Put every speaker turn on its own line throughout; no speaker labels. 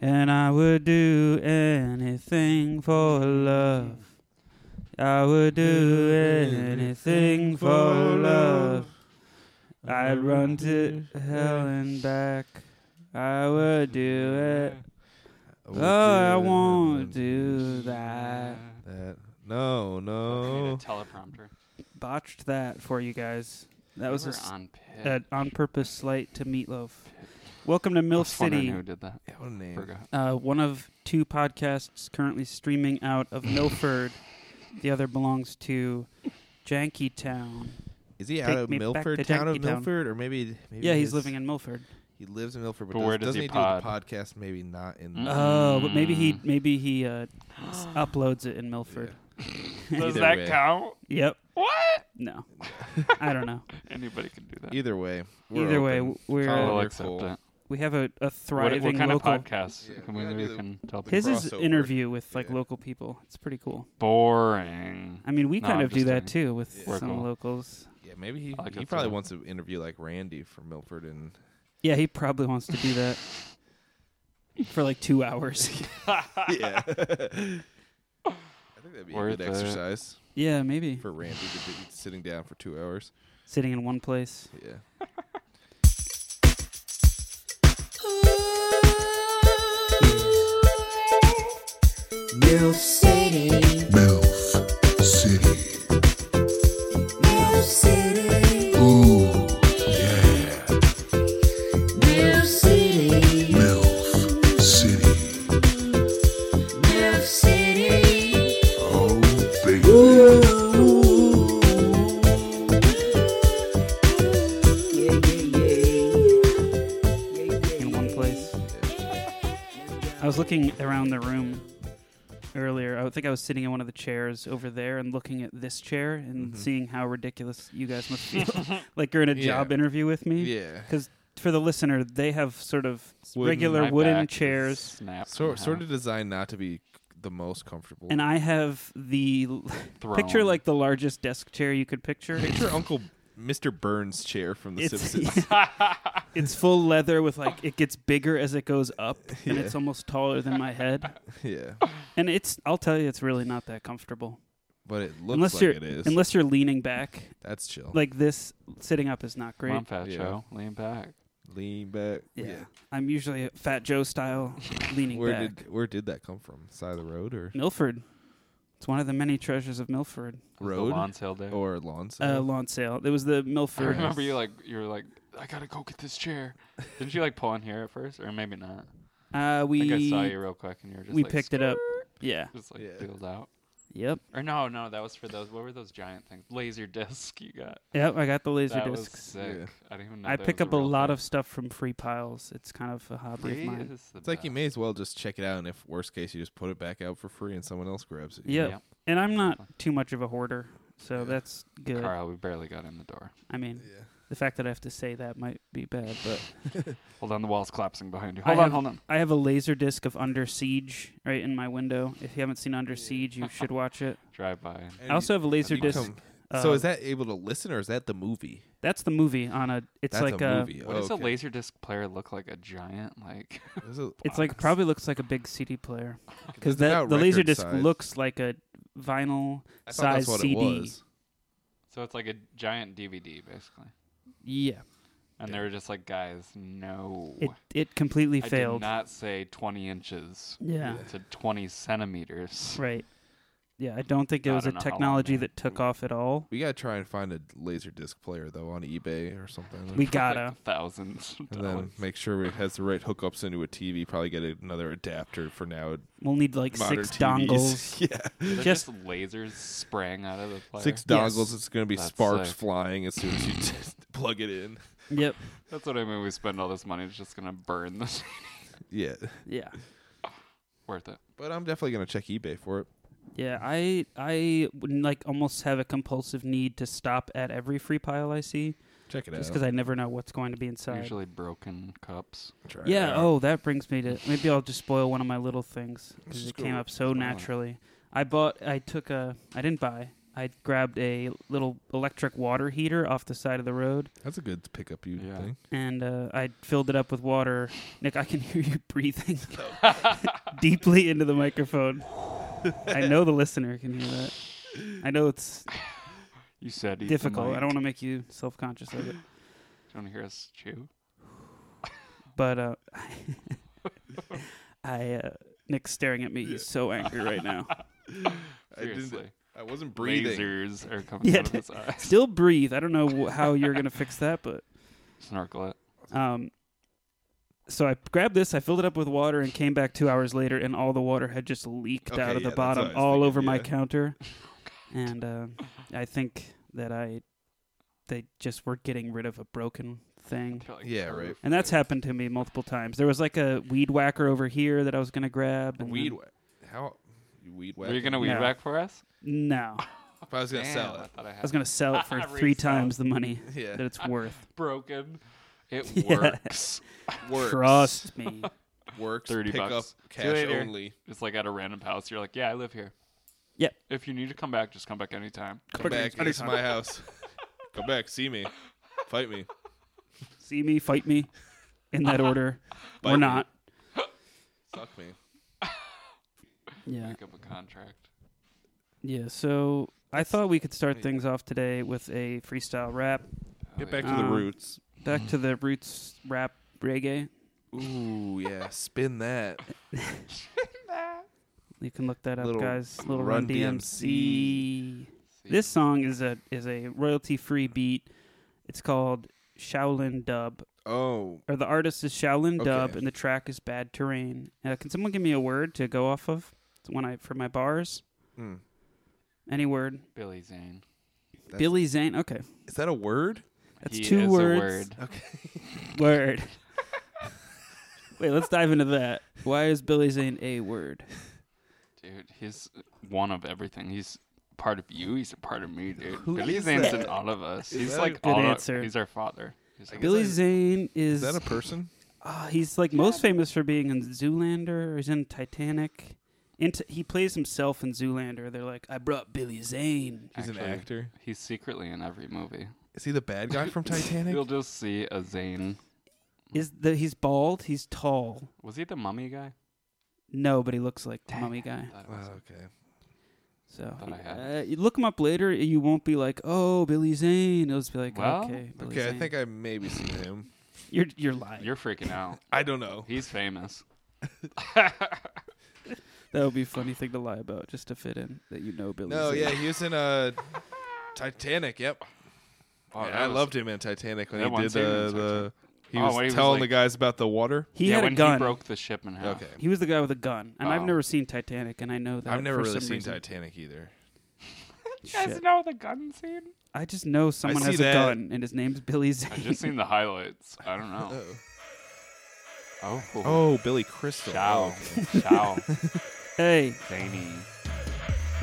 And I would do anything for love. I would do anything for love. I'd run to hell and back. I would do it.
would
Oh, I
do it.
won't do that.
That. No,
Need a
no.
teleprompter.
Botched that for you guys. That was a
We're
s-
on pit.
an on purpose slight to Meatloaf. Welcome to MILF
Just wondering
City.
Who did that?
Yeah, what a name.
Forgot.
uh, one of two podcasts currently streaming out of Milford. the other belongs to Janky Town.
Is he
Take
out of
me back to
Milford town of
Yankee Town.
Milford, or maybe? maybe
yeah,
he
he's
is-
living in Milford.
He lives in Milford, but,
But
does,
where does
not
he
he, do the
pod?
podcast? Maybe not in.
Mm.
Oh, but maybe he
Mm.
maybe he uh, s- uploads it in Milford.
Does
Either
that
way.
count?
Yep.
What?
No, I don't know.
Anybody can do that.
Either way. we're
Either way,
open.
w- we're
Call
I'll
you're
accept
cool.
it.
we have a, a
What,
thriving
what kind
local.
of podcast?
Yeah,
can
we
we,
gotta do
we
the-
can tell people?
His is
crossover.
interview with like
Yeah.
local people. It's pretty cool.
boring.
I mean, we
No,
kind
I'm
of do
just
that too with
We're
some
cool.
locals.
Yeah, maybe he,
I like
he
that
probably
too.
wants to interview like Randy from Milford and
Yeah, he probably wants to do that for like two hours.
yeah. I think that'd be a
Worth
good
it.
exercise
yeah, maybe
for Randy to be sitting down for two hours.
sitting in one place.
Yeah.
Milf City.
MILF City.
Milf City.
Ooh, Oh, yeah.
Milf City.
MILF City.
Milf City.
Oh, baby.
Ooh. Yeah, yeah, yeah. Yeah, yeah,
in one place. I was looking around the room earlier. I think I was sitting in one of the chairs over there and looking at this chair and seeing how ridiculous you guys must feel. like you're in a
Mm-hmm. Yeah.
job interview with me.
Yeah.
Because for the listener, they have sort of
Wooden-
regular
My
wooden
back is
chairs.
snapped
Sort
somehow.
sort of designed not to be the most comfortable.
And I have the
Thrown.
picture like the largest desk chair you could picture.
Picture Uncle Mr. Burns' chair from The
It's,
Simpsons.
it's full leather with like it gets bigger as it goes up, and
Yeah.
it's almost taller than my head.
Yeah.
And it's I'll tell you, it's really not that comfortable.
But it looks
unless
like
you're
it is.
unless you're leaning back
That's
Oh.
chill.
like this sitting up is not
Come
great
on, Fat
Yeah.
Joe, lean back.
Lean back.
yeah. i'm usually a fat joe style leaning
Where
back
did where did that come from? Side of the road or
milford it's one of the many treasures of milford
Was the
road
lawn sale day.
or lawn
uh,
sale?
lawn sale it was the
I
milford
remember you like you were like I gotta go get this chair. Didn't you like pull in here at first, or maybe not?
uh, we
I think I saw you real quick, and you were just
we
like,
picked it up yeah
Just like
Yeah.
peeled out.
yep
Or no, no, that was for those. What were those giant things? Laser disc you got.
yep i got the laser
that was
discs
sick.
Yeah.
I didn't even know.
i
that
pick
was
up a
real
lot
thing.
of stuff from free piles it's kind of a hobby of
Free
mine
is the
It's like you
uh,
best.
may as well just check it out, and if worst case, you just put it back out for free, and someone else grabs it.
yep.
Yep.
and i'm not too much of a hoarder so
Yeah.
that's good
Carl, we barely got in the door.
i mean
Yeah.
the fact that i have to say that might be bad but
Hold on, the wall's collapsing behind you.
I
Hold on,
have-
hold on.
I have a laser disc of Under Siege right in my window. If you haven't seen Under Siege, you should watch it.
Drive by.
And
I also have a
you-
laser
you
disc.
come- so
uh,
is that able to listen, or is that the movie?
that's the movie on a? It's
That's
like uh,
a
a.
movie.
What
oh,
does
okay.
a laser disc player look like? A giant like
There's a-
It's like
box?
probably looks like a big CD player because
It's about
the laser
record
disc
size.
looks like a vinyl
I thought
size
that's what
CD.
It was.
So it's like a giant DVD basically,
Yeah,
and they were just like, guys, no.
it it completely
I
failed.
did not say 20 inches.
yeah,
It said 20 centimeters.
right. Yeah, I don't think it
I
was a
don't know how long
technology
they-
that took off at all.
We gotta try and find a laser disc player though on eBay or something.
We
For, like,
gotta.
thousands. of
and
dollars.
then make sure it has the right hookups into a TV. Probably get another adapter for now.
We'll need like
modern
six
TVs.
dongles.
yeah,
Are there
just-
just, lasers spraying out of the player.
six
Yes.
dongles. It's gonna be
That's
sparks
sick.
flying as soon as you just plug it in.
Yep.
That's what I mean. We spend all this money. It's just gonna burn this.
Yeah,
Yeah.
Worth it.
but I'm definitely gonna check eBay for it.
Yeah, I I would, like almost have a compulsive need to stop at every free pile I see,
Check it
just
out.
because I never know what's going to be inside.
Usually broken cups.
Try it
yeah.
out.
Oh, that brings me to maybe I'll just spoil one of my little things because
Just
it
go
came up so
spoil it.
naturally. I bought. I took a. I didn't buy. I grabbed a little electric water heater off the side of the road
That's a good pickup. You
Yeah.
think?
and uh, I filled it up with water. Nick, I can hear you breathing deeply into the microphone. I know the listener can hear that. I know it's
You said eat the
difficult. I
mic.
don't want to make you self conscious of it.
You want to hear us chew?
But uh, I, uh, Nick's staring at me. He's so angry right now.
I didn't-
Seriously.
I wasn't breathing.
Lasers are coming
Yeah,
out of his eyes.
Still breathe. I don't know wh- how you're going to fix that, but
Snorkel it.
Um, so I grabbed this, I filled it up with water, and came back two hours later, and all the water had just leaked
Okay,
out of the
yeah, that's
bottom
what I was
all
thinking,
over my
yeah. Oh,
counter. And uh, I think that I, they just were getting rid of a broken thing.
They're like,
Yeah, right.
And that's happened to me multiple times. There was like a weed whacker over here that I was going to grab. And
Weed
then-
whack. How? You weed whack?
Were you gonna weed
No.
back for us?
No.
If I was gonna
Damn,
sell
I
it.
thought I had
I was going to sell it for three
Resell.
times the money that
Yeah.
it's worth.
broken. It
Yeah.
works.
Works.
Trust me.
Works.
30
pick
bucks.
up
See you
cash
later.
only.
It's like at a random house. You're like, yeah, I live here.
Yep.
If you need to come back, just come back anytime.
Come back. It's my house. Come back. See me. Fight me.
See me, fight me, in that order,
Bite
or
me.
not.
Suck me.
Yeah.
Pick up a contract.
Yeah, so I thought we could start things off today with a freestyle rap.
Get
yeah.
back to the
Um,
roots.
Back to the roots rap reggae.
Ooh, yeah. Spin that.
You can look that up,
Little
guys. Little Run,
Run
DMC. This song is a is a royalty free beat. It's called Shaolin Dub,
Oh,
or the artist is Shaolin Dub,
Okay.
and the track is Bad Terrain. Uh, can someone give me a word to go off of when I for my bars?
Hmm.
Any word?
Billy Zane.
That's-
Billy Zane. Okay,
is that a word?
that's
He
two
is
words.
A word.
Word. Wait, let's dive into that. Why is Billy Zane a word?
Dude, he's one of everything. He's part of you. He's a part of me, dude.
Who
Billy
is
Zane's
that?
in all of us.
Is
he's
that a-
like
Good
all
answer.
Of, he's our father. He's like,
Billy
I-
Zane
Is
is,
that a person?
uh, he's like most famous for being in Zoolander. Or he's in Titanic. Into, he plays himself in Zoolander. They're like, I brought Billy Zane.
He's an
Actually,
actor.
He's secretly in every movie.
Is he the bad guy from Titanic?
You'll just see a Zane.
Is the he's bald? He's tall.
Was he the mummy guy?
No, but he looks like the mummy guy.
That
oh,
was him.
okay.
So
Thought I had
uh, you look him up later. You won't be like, oh, Billy Zane. It'll just be like,
Well,
okay, Billy
Okay, I
Zane."
think I maybe seen him.
you're you're lying.
You're freaking out.
I don't know.
He's famous.
that would be a funny thing to lie about just to fit in that you know Billy.
No,
Zane.
yeah, he was in uh, Titanic. Yep.
Oh,
Yeah,
that
I
was-
loved him in Titanic when
that
he
one
did
scene in
the, the he
Oh,
was
when he was
telling the
like-
guys about the water.
He
yeah,
had
when
a gun.
he broke the ship in half.
Okay,
He was the guy with a gun, and I've
Oh.
never seen Titanic, and I know that.
I've never
for
really
some
seen
reason.
Titanic either.
You guys
Shit.
know the gun scene?
I just know someone
see
has a
that.
gun, and his name's Billy Zane.
I've just seen the highlights. I don't know. Oh.
Oh, Billy Crystal.
Ciao.
Oh,
Ciao.
hey,
Zany.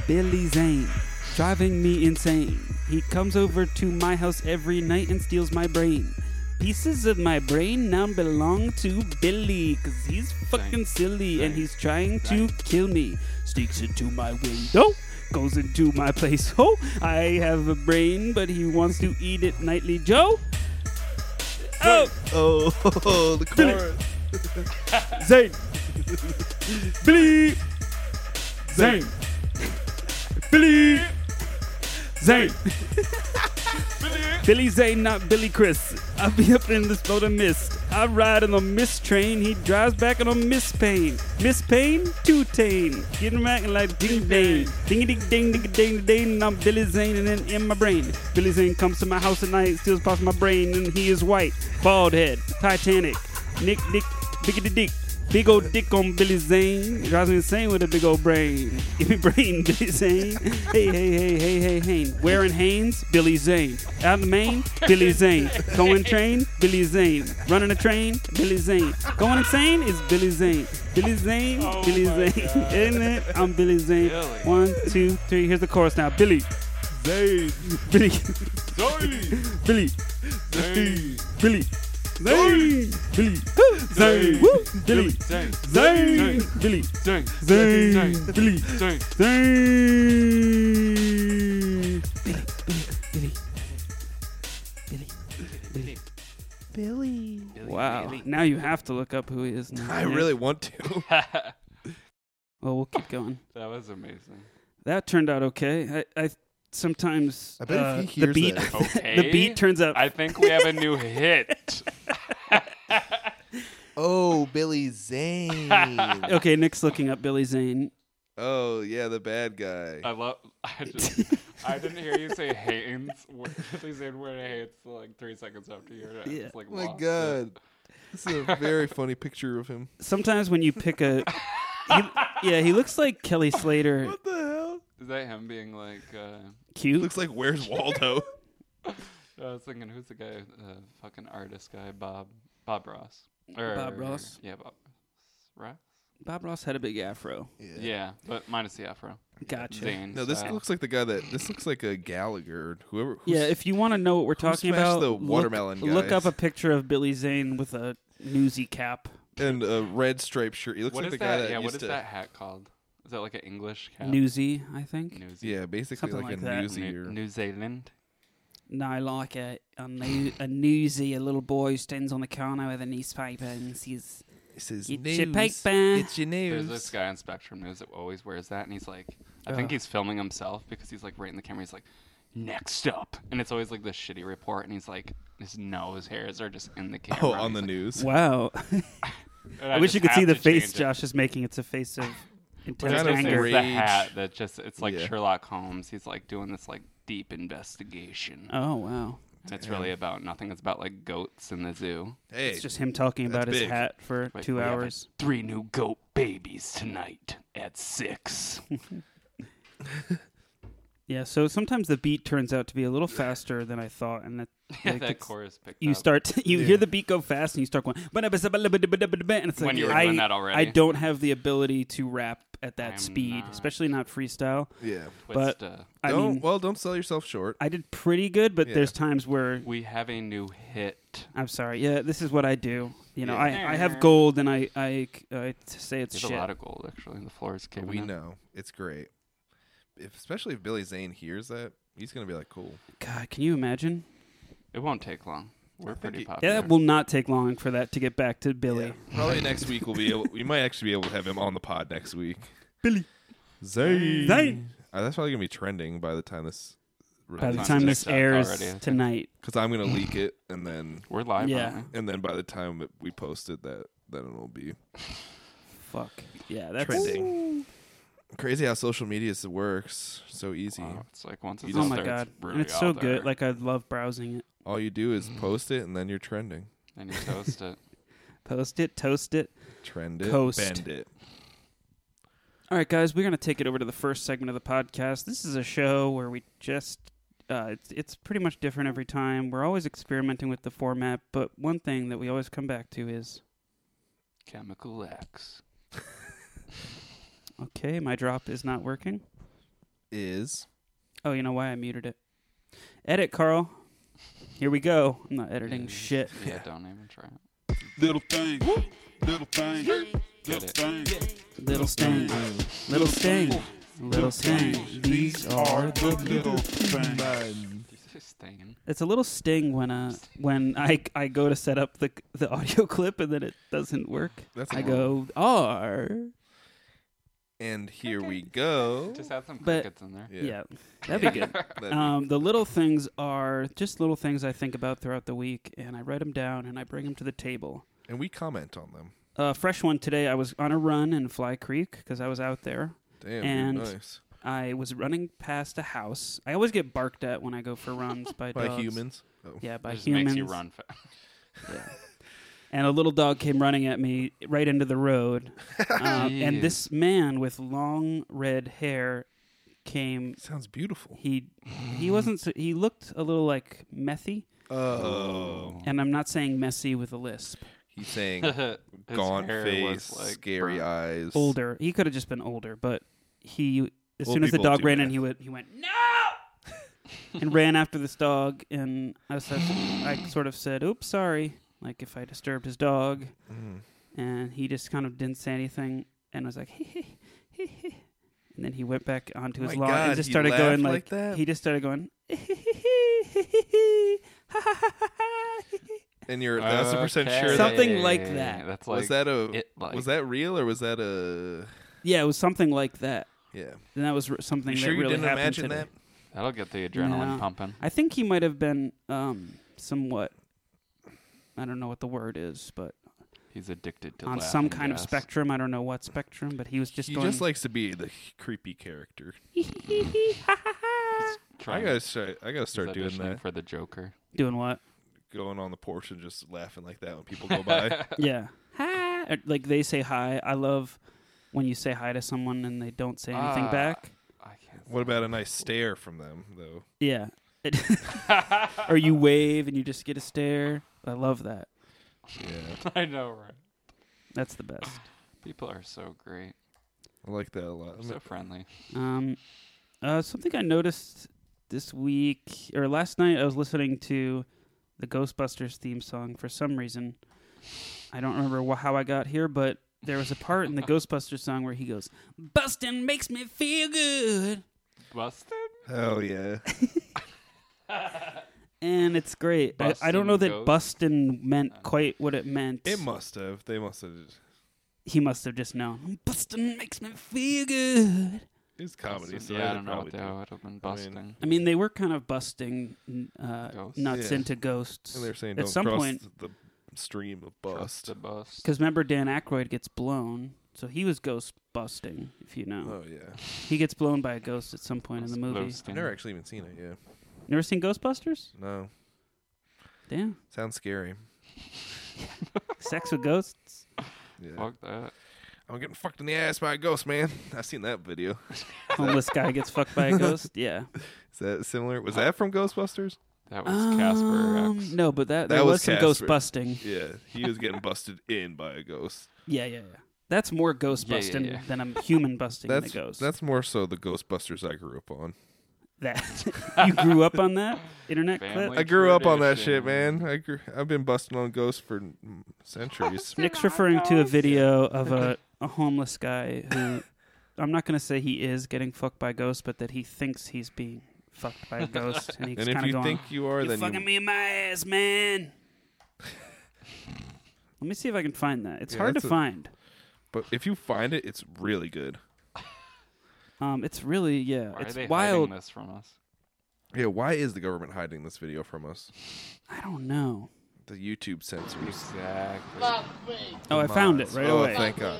Billy Zane, driving me insane. He comes over to my house every night and steals my brain. Pieces of my brain now belong to Billy, cause he's fucking silly and
Zane.
he's trying to kill me. Sneaks into my window, goes into my place. Oh, I have a brain, but he wants to eat it nightly, Joe. Oh,
oh the
Billy.
chorus.
Zane. Billy. Zane. Billy. Zane. Billy Zane, not Billy Chris. I be up in this boat of mist. I ride on a mist train. He drives back on a mist pain. Miss Payne, two tane. Getting acting like ding dang. Ding ding ding ding ding ding. And I'm Billy Zane and then in my brain. Billy Zane comes to my house at night, steals parts of my brain, and he is white. Bald head. Titanic. Nick Nick Biggity Dick. Big old dick on Billy Zane. Drives me insane with a big old brain. Give me brain, Billy Zane. Hey, hey, hey, hey, hey, Hain. Wearing Hanes, Billy Zane. Out in the main, Billy Zane. Going train, Billy Zane. Running a train, Billy Zane. Going insane is Billy Zane. Billy Zane, Billy Zane. Isn't it? I'm Billy Zane. One, two, three. Here's the chorus now. Billy. Zane. Billy. Billy. Billy. Zane. Billy. Zane. Woo. Billy. Zane. Billy. Zane. Billy. Zane. Wow.
Really?
Now you have to look up who he is now.
I
Nick.
really want to.
that
Well, we'll keep going.
was amazing.
That turned out okay. I, I sometimes
I bet if
uh,
he hears
the beat
that-
Okay.
the beat turns out
I think we have a new hit.
Oh, Billy Zane.
Hmm. Okay, Nick's looking up Billy Zane.
Oh yeah, the bad guy.
I love. I just. I didn't hear you say Haynes. Please say word Haynes like three seconds after you heard it. I
Yeah.
just, like,
oh my
lost it.
god, this is a very funny picture of him.
Sometimes when you pick a he, Yeah, he looks like Kelly Slater
What the hell?
Is that him being like? Uh,
cute.
Looks like Where's Waldo?
I was thinking, who's the guy, uh, fucking artist guy, Bob Bob Ross. Or-
Bob Ross?
Yeah, Bob Ross.
Bob Ross had a big afro.
Yeah, but minus the afro.
Gotcha.
Zane
no, this
style.
looks like the guy that this looks like a Gallagher. or Whoever. who's-
Yeah, if you want to know what we're talking
smashed
about,
the
look-
watermelon
look, up
guys?
a picture of Billy Zane with a newsy cap.
and a red striped shirt. He looks
What
like
is
the guy
that?
that
yeah,
used
what is
to.
that hat called? Is that like an English cap?
Newsy, I think.
Newsy.
Yeah, basically
Something
like,
like
a
that.
newsy
New,
or
New Zealand.
No, like a a, new, a newsy, a little boy who stands on the corner with a newspaper and says,
It
It's
says news.
your paper.
It's your
There's
news.
this guy on Spectrum News that always wears that, and he's like, I think
Ugh.
he's filming himself because he's like right in the camera. He's like, next up, and it's always like the shitty report, and he's like, his nose hairs are just in the camera.
Oh,
and
on
he's
the
like-
news.
"Wow."
and
I, wish
just
you could see
have
the
to
face
change it.
Josh is making. It's a face of intense
Kind of
anger.
great.
It's the
Rage.
hat that just it's like
Yeah.
Sherlock Holmes. He's like doing this like deep investigation.
Oh wow!
and it's really about nothing. It's about like goats in the zoo.
Hey,
It's just him talking about his
big.
hat for
Wait,
two
we have a
hours.
Three new goat babies tonight at six.
Yeah. So sometimes the beat turns out to be a little faster than I thought, and that,
yeah,
like,
that
it's-
chorus picked
you
Um,
up.
start you hear the beat go fast and you start going and it's like
When you were
I,
doing that already.
I don't have the ability to rap at that
I'm
speed
not.
especially not freestyle
yeah.
Twist,
but-
uh,
i
don't
mean
well, don't sell yourself short.
i did pretty good but
Yeah.
there's times where
we have a new hit.
i'm sorry yeah this is what i do you know
Yeah.
I, I have gold and i i, I say it's
There's
shit
a lot of gold actually. The floor is caving
we
in.
know it's great. If, especially if Billy Zane hears that, he's gonna be like, "Cool."
god can you imagine
It won't take long. We're pretty
he- Yeah,
yeah
popular.
that will not take long for that to get back to billy
Probably next week we'll be able, we might actually be able to have him on the pod next week.
Billy.
Zane.
Zane.
Uh, that's probably gonna be trending by the time this.
by the
It's on
time this
TikTok
airs
already, I think.
tonight
because I'm gonna leak it, and then
We're live.
Yeah.
aren't we?
and then by the time that we post it, that then it'll be
fuck yeah that's
trending. Crazy how social media works. So easy.
Wow, it's like once
You
it's
oh
out
just-
my
there,
god
it's
and
really
it's so
out there.
good like i love browsing it
All you do is post it, and then you're trending.
and you toast it.
post it toast it
Trend it,
Coast.
bend it.
All right, guys, we're going to take it over to the first segment of the podcast. This is a show where we just. Uh, it's, it's pretty much different every time. We're always experimenting with the format, but one thing that we always come back to is
Chemical X.
okay, my drop is not working.
Is
Oh, you know why? I muted it. Edit, Carl. Here we go. I'm not editing
Yeah.
shit.
Yeah, don't even try it.
Little thing, little thing,
Get it.
thing.
Little sting. Little sting. Little sting. These are the
little things.
Stain.
It's a little sting when uh when I I go to set up the the audio clip and then it doesn't work.
That's
I
normal.
go R.
and here we go.
Just add some
But-
crickets in there.
Yeah. that'd be good.
That'd be-
Um, the little things are just little things I think about throughout the week, and I write them down and I bring them to the table.
and we comment on them.
uh, fresh one today. I was on a run in Fly Creek because I was out there.
Damn,
And-
you're nice.
I was running past a house. I always get barked at when I go for runs by,
By
dogs.
humans. Oh.
Yeah, by
it just
humans.
makes you run fast.
Yeah. And a little dog came running at me right into the road. Um, and
Jeez.
this man with long red hair came.
Sounds beautiful.
He he wasn't. So, he looked a little like methy,
Oh.
and I'm not saying messy with a lisp.
He's saying
His
gaunt
hair was,
face,
like,
scary
burnt.
eyes.
Older. He could have just been older, but he. As
Old
soon as the
people
dog
do
ran
that.
in, he went. He went no. and ran after this dog, and I, said, I sort of said, "Oops, sorry." Like if I disturbed his dog.
Mm.
and he just kind of didn't say anything and was like hee hee hee hee and then he went back onto his
Oh My
lawn and
God,
just
he
started
laughed
going
like
like,
that?
he just started going "Hee hee hee hee hee hee hee hee hee hee hee hee."
and you're a thousand percent
Okay.
sure that
Something like that.
That's like
was that a
it, like-
was that real or was that a
Yeah, it was something like that.
yeah?
And that was r- something
You
that
sure you
really
didn't
happened
imagine
today.
that?
that'll get the adrenaline
No.
pumping.
I think he might have been um, somewhat. I don't know what the word is, but
He's addicted to
on
laugh
some
and
kind
gas.
of spectrum. I don't know what spectrum, but he was just
he
going.
just likes to be the creepy character. I
Trying
gotta start. I gotta
he's
start doing
auditioning
that.
for the Joker.
doing what?
Going on the porch and just laughing like that when people go by.
yeah. Hi. Or, Like they say hi. I love when you say hi to someone and they don't say anything
Ah.
back.
I can't.
what about a nice stare from them though?
Yeah. It- or you wave and you just get a stare. I love that.
Yeah,
I know, right?
That's the best.
People are so great,
I like that a lot. I'm
so friendly.
Um, uh, something I noticed this week or last night, I was listening to the Ghostbusters theme song for some reason. I don't remember wh- how I got here, but there was a part in the Ghostbusters song where he goes, "Bustin' makes me feel good,"
Busted?
Hell yeah!
and it's great. I, I don't know
Bustin'
that
goes-
"bustin" meant quite what it meant.
It must have. They must have.
he must have just known. "Bustin' makes me feel good."
It's comedy, so
yeah, I
they
don't know what
probably
they
do.
would have been busting.
I mean, they were kind of busting uh,
Ghosts.
nuts
Yeah.
into ghosts
And they're saying
at
don't
some
cross
point.
the stream of
Trust
bust.
the bust.
Because remember, Dan Aykroyd gets blown, so he was ghost busting. If you know,
Oh yeah,
he gets blown by a ghost at some point in the movie.
I've never actually even seen it. Yeah,
Never seen Ghostbusters?
no,
Damn,
sounds scary.
sex with ghosts.
Yeah,
Fuck that.
I'm getting fucked in the ass by a ghost, man. I've seen that video.
Homeless guy gets fucked by a ghost. Yeah,
Is that similar? Was that from Ghostbusters?
That was Casper X.
Um, No, but that,
That
there was,
was
some
Casper.
ghost busting.
Yeah, he was getting busted in by a ghost.
Yeah, yeah, yeah. That's more ghost
Yeah, yeah,
busting
yeah.
than a human busting
That's
than a ghost.
that's more so the Ghostbusters I grew up on.
that you grew up on that internet
Family.
clip.
I grew up on that shit,
tradition.
man. I grew, I've been busting on ghosts for mm, centuries.
Nick's referring to a video of a, a homeless guy who I'm not going to say he is getting fucked by a ghost, but that he thinks he's being fucked by a ghost, and he's
and
kind of
if you
going,
think you are,
"You're
then
fucking
you,
me in my ass, man." Let me see if I can find that. It's
Yeah,
hard to
that's a-
find.
but if you find it, it's really good.
Um, it's really yeah,
Why are
it's
they
wild.
hiding this from us?
Yeah, why is the government hiding this video from us?
I don't know.
The YouTube censors.
Exactly.
Oh, I found it
Mods.
right
oh,
away.
thank God.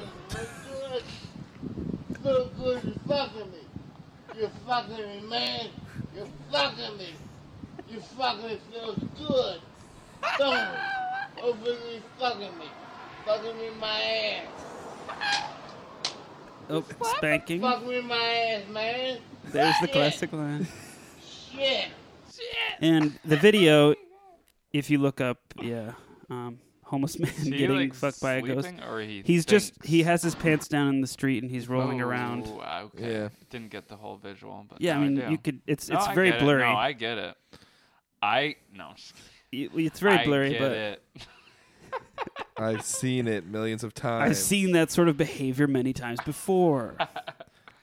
Feel good, you fucking me. You fucking me, man. You fucking me. You fucking me feels good. Don't over me fucking me. Fucking me in my ass.
Oh, spanking.
Fuck me in my ass, man.
There's the classic line.
Shit.
And the video, if you look up, yeah, um, homeless man
Is he,
getting
like,
fucked by a ghost.
sleeping, Or he
He's just
thinks-
he has his pants down in the street and he's rolling
Oh,
around.
Okay.
Yeah.
Didn't get the whole visual, but
Yeah,
now
I mean
do.
you could it's
No,
it's
I
very
get it.
blurry.
No, I get it. I no. I'm just kidding.
It- it's very
I
blurry,
get
but
it.
I've seen it millions of times.
I've seen that sort of behavior many times before.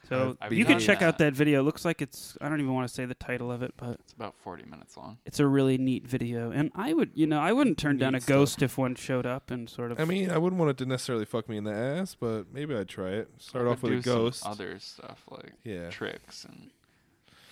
so
I've
you can
done
check out
that.
that video. It looks like it's I don't even want to say the title of it, but
it's about 40 minutes long.
it's a really neat video. And I would you know I wouldn't turn down a
Neat stuff.
ghost if one showed up and sort of
I mean, I wouldn't want it to necessarily fuck me in the ass, but maybe I'd try it. Start
Could
off with a
do some
ghost.
Other stuff like
Yeah.
tricks and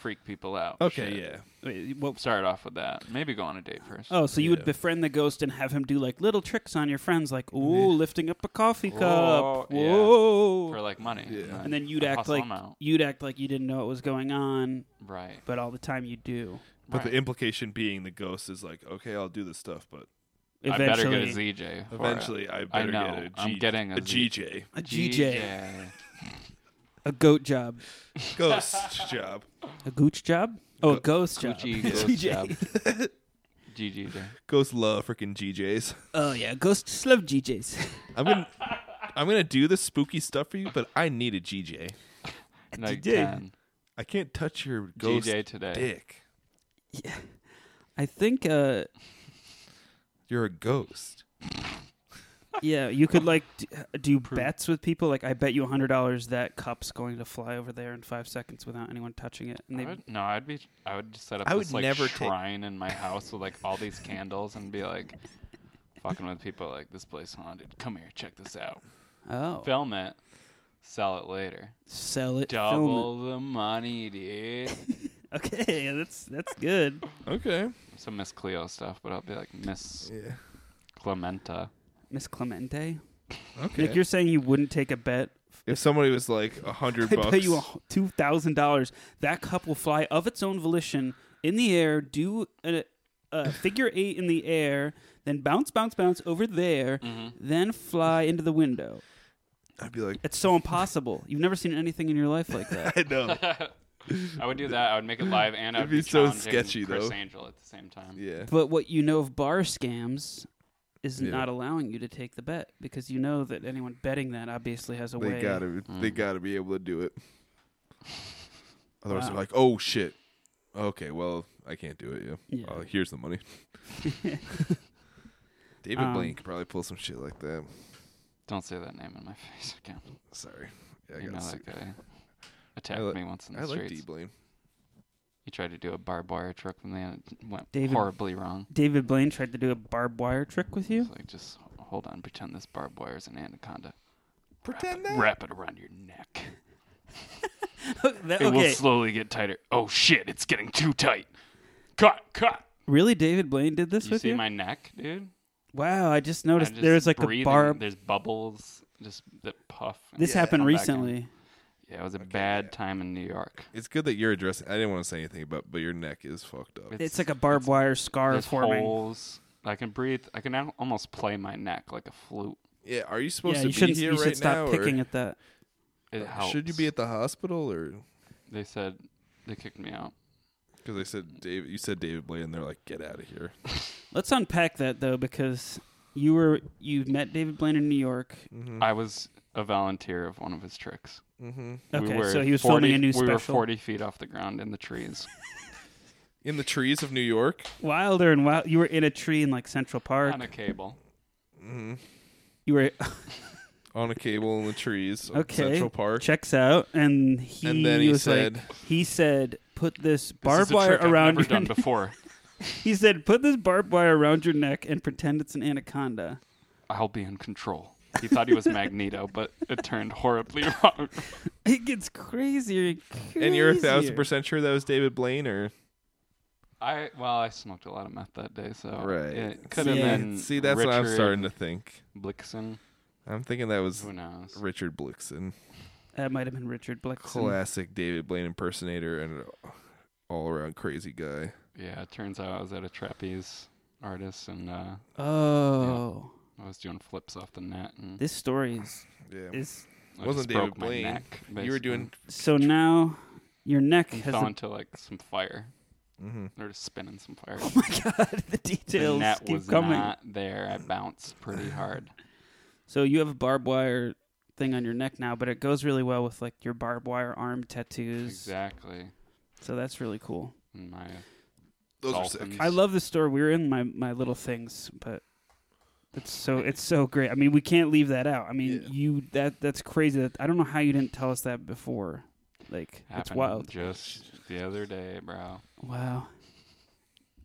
freak people out. and
Okay,
shit.
yeah.
Wait, what-
Start off with that. Maybe go on a date first.
Oh, so you would
Yeah.
befriend the ghost and have him do like little tricks on your friends, like ooh, lifting up a coffee
Mm-hmm. Whoa,
cup,
yeah.
whoa,
for like money.
Yeah.
and then you'd act
hustle
like
'em out.
you'd act like you didn't know what was going on,
right.
but all the time you do.
But
Right.
the implication being the ghost is like, okay, I'll do this stuff, but
Eventually,
I better get a ZJ. for it.
eventually I
I
better
know.
get a G-
I'm getting a,
a GJ.
a GJ,
GJ.
a goat job,
Ghost job.
a gooch job, oh, a ghost job,
Gucci
A
ghost
GJ.
job. GG.
Ghosts love freaking GJs.
Oh yeah, ghosts love GJs.
I'm gonna I'm gonna do this spooky stuff for you, but I need a GJ.
No, you
GJ.
can.
I can't touch your ghost
GJ today.
dick.
I think, uh,
You're a ghost.
yeah, you could like d- do bets with people. Like, I bet you hundred dollars that cup's going to fly over there in five seconds without anyone touching it, and
I
they
would, no, I'd be. I would just set up
I
this
would
like
never take-
shrine in my house with like all these candles and be like, fucking with people like this place haunted. Come here, check this out.
Oh,
Film it, sell it later.
sell it. Film
Double the money, dude.
it. Okay, that's that's good.
Okay.
Some Miss Cleo stuff, but I'll be like Miss
Yeah.
Clementa.
Miss Clemente.
Okay.
Nick, you're saying you wouldn't take a bet.
if somebody was like a hundred
I
bucks,
bet you two thousand dollars. That cup will fly of its own volition in the air, do a, a figure eight in the air, then bounce, bounce, bounce over there,
Mm-hmm.
then fly into the window.
I'd be like,
It's so impossible. You've never seen anything in your life like that.
I know.
I would do that. I would make it live, and I'd
It'd be
be
so
challenging
sketchy,
Chris
though.
Angel at the same time.
Yeah.
But what you know of bar scams is
Yeah.
not allowing you to take the bet because you know that anyone betting that obviously has a
They
way.
gotta
Mm.
they gotta be able to do it. Otherwise
Wow.
they're like, oh shit. Okay, well I can't do it. Yeah.
Yeah.
Uh, here's the money. David
Um,
Blaine could probably pull some shit like that.
Don't say that name in my face again.
Sorry. Yeah, I
you know
got
that guy attacked
I li-
me once in the
I like D
streets.
Blaine.
He tried to do a barbed wire trick with me, and it went
David-
horribly wrong.
David Blaine tried to do a barbed wire trick with you.
It's like, just hold on, pretend this barbed wire is an anaconda.
Pretend that
Wrap it around your neck.
That-
It will
okay,
slowly get tighter. Oh shit, it's getting too tight. Cut, cut.
really, David Blaine did this
You
with
see
you?
my neck, dude?
wow, I just
I'm
noticed
just
there's like
breathing.
a barb.
There's bubbles just that puff. and
This happened
come back in.
recently.
Yeah, it was a bad time in New York.
It's good that you're addressing I didn't want to say anything about but your neck is fucked up.
It's, like a barbed wire scar
There's
forming.
holes. I can breathe. I can al- almost play my neck like a flute.
yeah, are you supposed
yeah,
to
you
be
shouldn't.
here
You
right
should
now?
stop
or-
picking at that.
It helps.
should you be at the hospital or
They said they kicked me out.
because I said David you said David Blaine, they're like, get out of here.
Let's unpack that though, because you were you met David Blaine in New York.
I was a volunteer of one of his tricks.
Okay,
we were
so he was
40,
filming a new
We were
special.
40 feet off the ground in the trees.
In the trees of New York?
Wilder and Wild. You were in a tree in like Central Park.
on a cable.
You were
Mm-hmm. on a cable in the trees of
okay.
Central Park.
checks out, and he
And then he
was
said-
like, he said, put this
This
barbed
is a
wire
trick I've
around
never
your.
done
neck."
before.
He said, put this barbed wire around your neck and pretend it's an anaconda.
I'll be in control. He thought he was Magneto, but it turned horribly wrong.
It gets crazier and crazier.
And you're a thousand percent sure that was David Blaine, or
I well, I smoked a lot of meth that day, so
Right.
Oh, It could have
See,
been.
see, that's
Richard
what I'm starting to think.
Blixen,
I'm thinking that was
who knows?
Richard Blixen,
That might have been Richard Blixen.
classic David Blaine impersonator and all around crazy guy.
Yeah, it turns out I was at a trapeze artist, and uh,
Oh,
I was doing flips off the net, and
this story is
Yeah,
is
I
wasn't
just broke
David
my
Blaine.
neck,
you were
basically.
doing
so now your neck
and
has.
fell
A,
into like some fire.
Mhm.
They were just spinning some fire.
oh my god, the
the
details
net
keep
was
coming.
not there. I bounced pretty hard.
So you have a barbed wire thing on your neck now, but it goes really well with like your barbed wire arm tattoos.
exactly.
So that's really cool.
And my
those are sick.
dolphins.
I love the store. We were in my my little things, but it's so it's so great. I mean, we can't leave that out. I mean,
Yeah.
you that that's crazy. That I don't know how you didn't tell us that before. Like it's
Happened
wild.
Just the other day, bro.
Wow.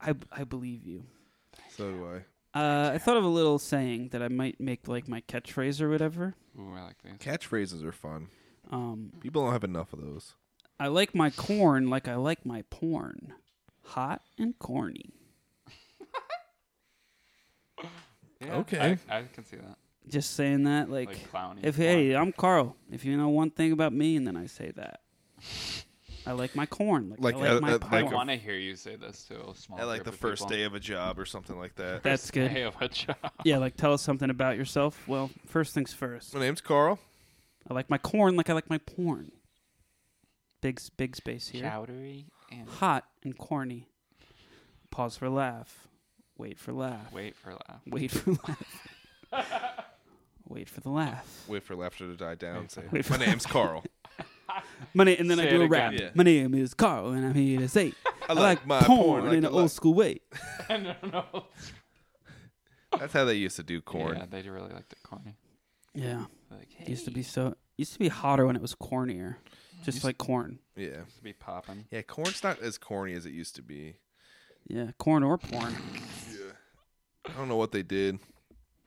I I believe you.
So do I.
Uh, I thought of a little saying that I might make like my catchphrase or whatever.
Ooh, I like these.
Catchphrases are fun.
Um,
People don't have enough of those.
I like my corn like I like my porn, hot and corny.
Yeah,
Okay.
I, I can see that.
Just saying that, like,
Like clowny.
if hey, I'm Carl. If you know one thing about me, and then I say that, I like my corn like,
Like,
I like
uh,
my
uh,
I
pie.
like a-
want to hear you say this to a small.
I like the
group of
first
people.
day of a job or something like that.
That's good.
Hey, what job?
Yeah, like tell us something about yourself. Well, first things first.
My name's Carl.
I like my corn like I like my porn. Big s- big space here.
Chowdery and
Hot and corny. Pause for laugh. Wait for laugh.
wait for laugh.
Wait for laugh. Wait for the laugh.
Wait for laughter to die down. Say,
Wait for-
my name's Carl.
My name, and then
Say
I do
it
a
again.
rap.
Yeah.
My name is Carl, and I'm here to say
I like my
porn,
porn. like
in
I
an
like-
old school way.
I don't know.
That's how they used to do corn.
Yeah, they do really like the corny.
Yeah,
Like, hey,
it used to be so. Used to be hotter when it was cornier, just like corn.
yeah.
used to be popping.
Yeah, corn's not as corny as it used to be.
Yeah, corn or porn.
I don't know what they did.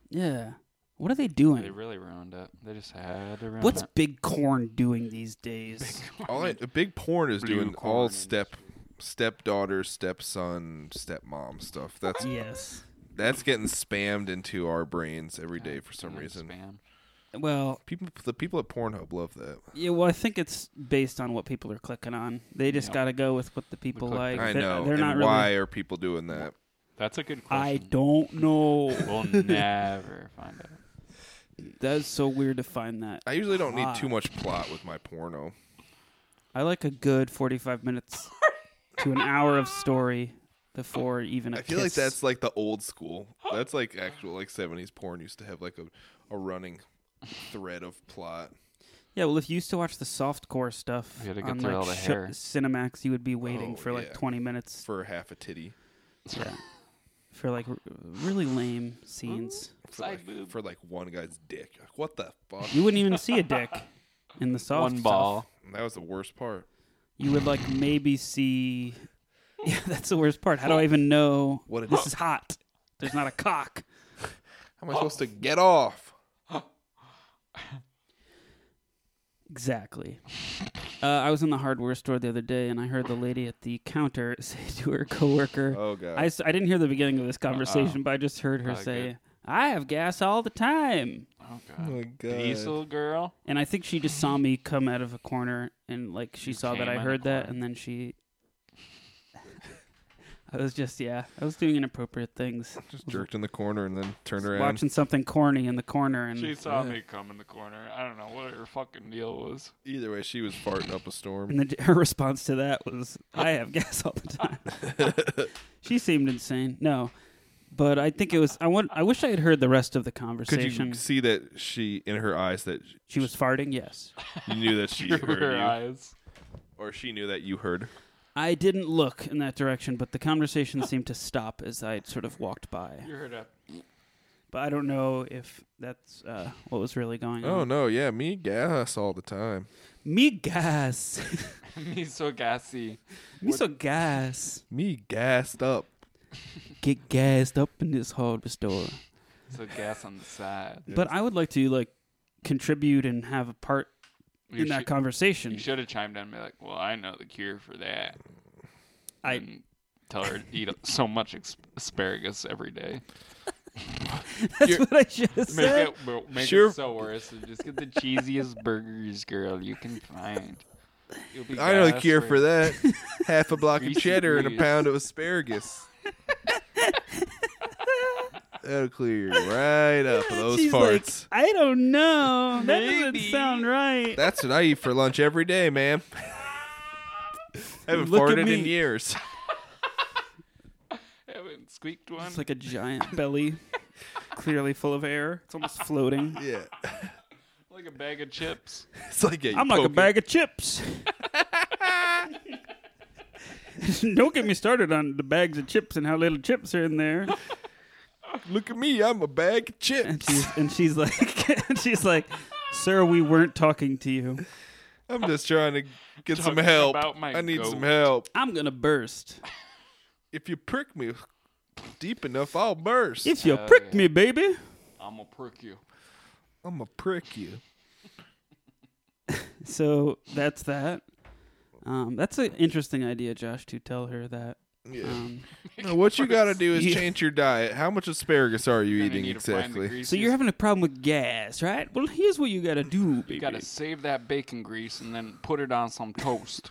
Yeah. What are they
They
doing?
really ruined it. They just had to ruin
What's
it.
Big Corn doing these days?
All right, big porn is
Blue
doing
corn
all
industry.
step stepdaughter, stepson, stepmom stuff. That's
yes.
that's getting spammed into our brains every day for some
And
reason.
Spam.
Well,
People, the people at Pornhub love that.
yeah. Well, I think it's based on what people are clicking on. They just
Yeah.
got to go with what the people
click-
like.
I
They're-
know.
They're
and
not really.
why are people doing that?
That's a good
I
question.
don't know.
We'll never find out.
That's so weird to find that.
I usually don't need too
Plot.
much plot with my porno.
I like a good 45 minutes to an hour of story before even a
I feel like
kiss.
that's like the old school.
Oh.
That's like actual like seventies porn used to have like a, a running thread of plot.
Yeah, well, if you used to watch the softcore stuff
You had to get
on
through
like
all the
Sh-
hair.
Cinemax, you would be waiting
Oh,
for like
yeah.
20 minutes
for half a titty
yeah, for like r- really lame scenes.
for like, for like one guy's dick. Like, what the fuck?
You wouldn't even see a dick in the soft
One
stuff.
ball.
that was the worst part.
You would like maybe see. Yeah, that's the worst part. How do I even know
What it
this
is.
is hot? There's not a cock.
How
Oh.
am I supposed to get off?
Exactly. Uh, I was in the hardware store the other day, and I heard the lady at the counter say to her coworker,
Oh god.
I, s- I didn't hear the beginning of this conversation, but I just heard her
Probably
say,
good.
I have gas all the time.
Oh
oh
god.
my god.
Diesel girl.
And I think she just saw me come out of a corner and, like, she
You
saw that
came
I
out of
heard that,
corner.
and then she. I was just, yeah, I was doing inappropriate things.
Just jerked in the corner and then turned around.
Watching something corny in the corner, and
She saw me come in the corner. I don't know what her fucking deal was.
Either way, she was farting up a storm.
And the, her response to that was, "I have gas all the time." she seemed insane. No, but I think it was. I want. I wish I had heard the rest of the
Could
conversation.
you see that she in her eyes that
she was farting. Yes,
you knew that she heard
her
you,
eyes.
or she knew that you heard?
I didn't look in that direction, but the conversation seemed to stop as I sort of walked by.
You heard up.
But I don't know if that's uh, what was really going
Oh
on.
no, yeah, me gas all the time.
Me gas,
Me so gassy.
me so gas.
Me gassed up.
Get gassed up in this hardware store.
So gas on the side.
But I would like to like contribute and have a part
You
in that
should-
conversation.
You should have chimed in and be like, "Well, I know the cure for that."
I
And tell her to eat so much ex- asparagus every day.
That's
You're-
what I should have
Make
said.
it wo- make
Sure.
it so worse. and just get the cheesiest burgers, girl, you can find. You'll be
I know the
gassed
cure for that. Half a block of
Greasy
cheddar and a
grease.
pound of asparagus. That'll clear you right up of those
She's like,
farts.
I don't know. That doesn't
Maybe.
sound right.
That's what I eat for lunch every day, ma'am. I haven't
Look at
farted in
me.
years.
Haven't squeaked one.
It's like a giant belly, clearly full of air. It's almost floating.
Yeah.
like a bag of chips.
It's like yeah, you
I'm like a
poke it.
bag of chips. don't get me started on the bags of chips and how little chips are in there.
Look at me, I'm a bag of
And
chips.
she's and she's like and she's like, "Sir, we weren't talking to you.
I'm just trying to get some
Talking
help.
about my
I need
goat.
some help.
I'm gonna burst.
If you prick me deep enough, I'll burst.
If you prick me, baby."
I'm gonna prick you.
I'm a prick you.
So that's that. Um, that's an interesting idea, Josh, to tell her that.
Yeah.
Um,
No, what you got to do is
Yeah.
change your diet. How much asparagus are you
And I
eating
need to find the
exactly?
grease.
so you're having a problem with gas, right? Well, here's what you gotta do, baby.
You gotta save that bacon grease and then put it on some toast.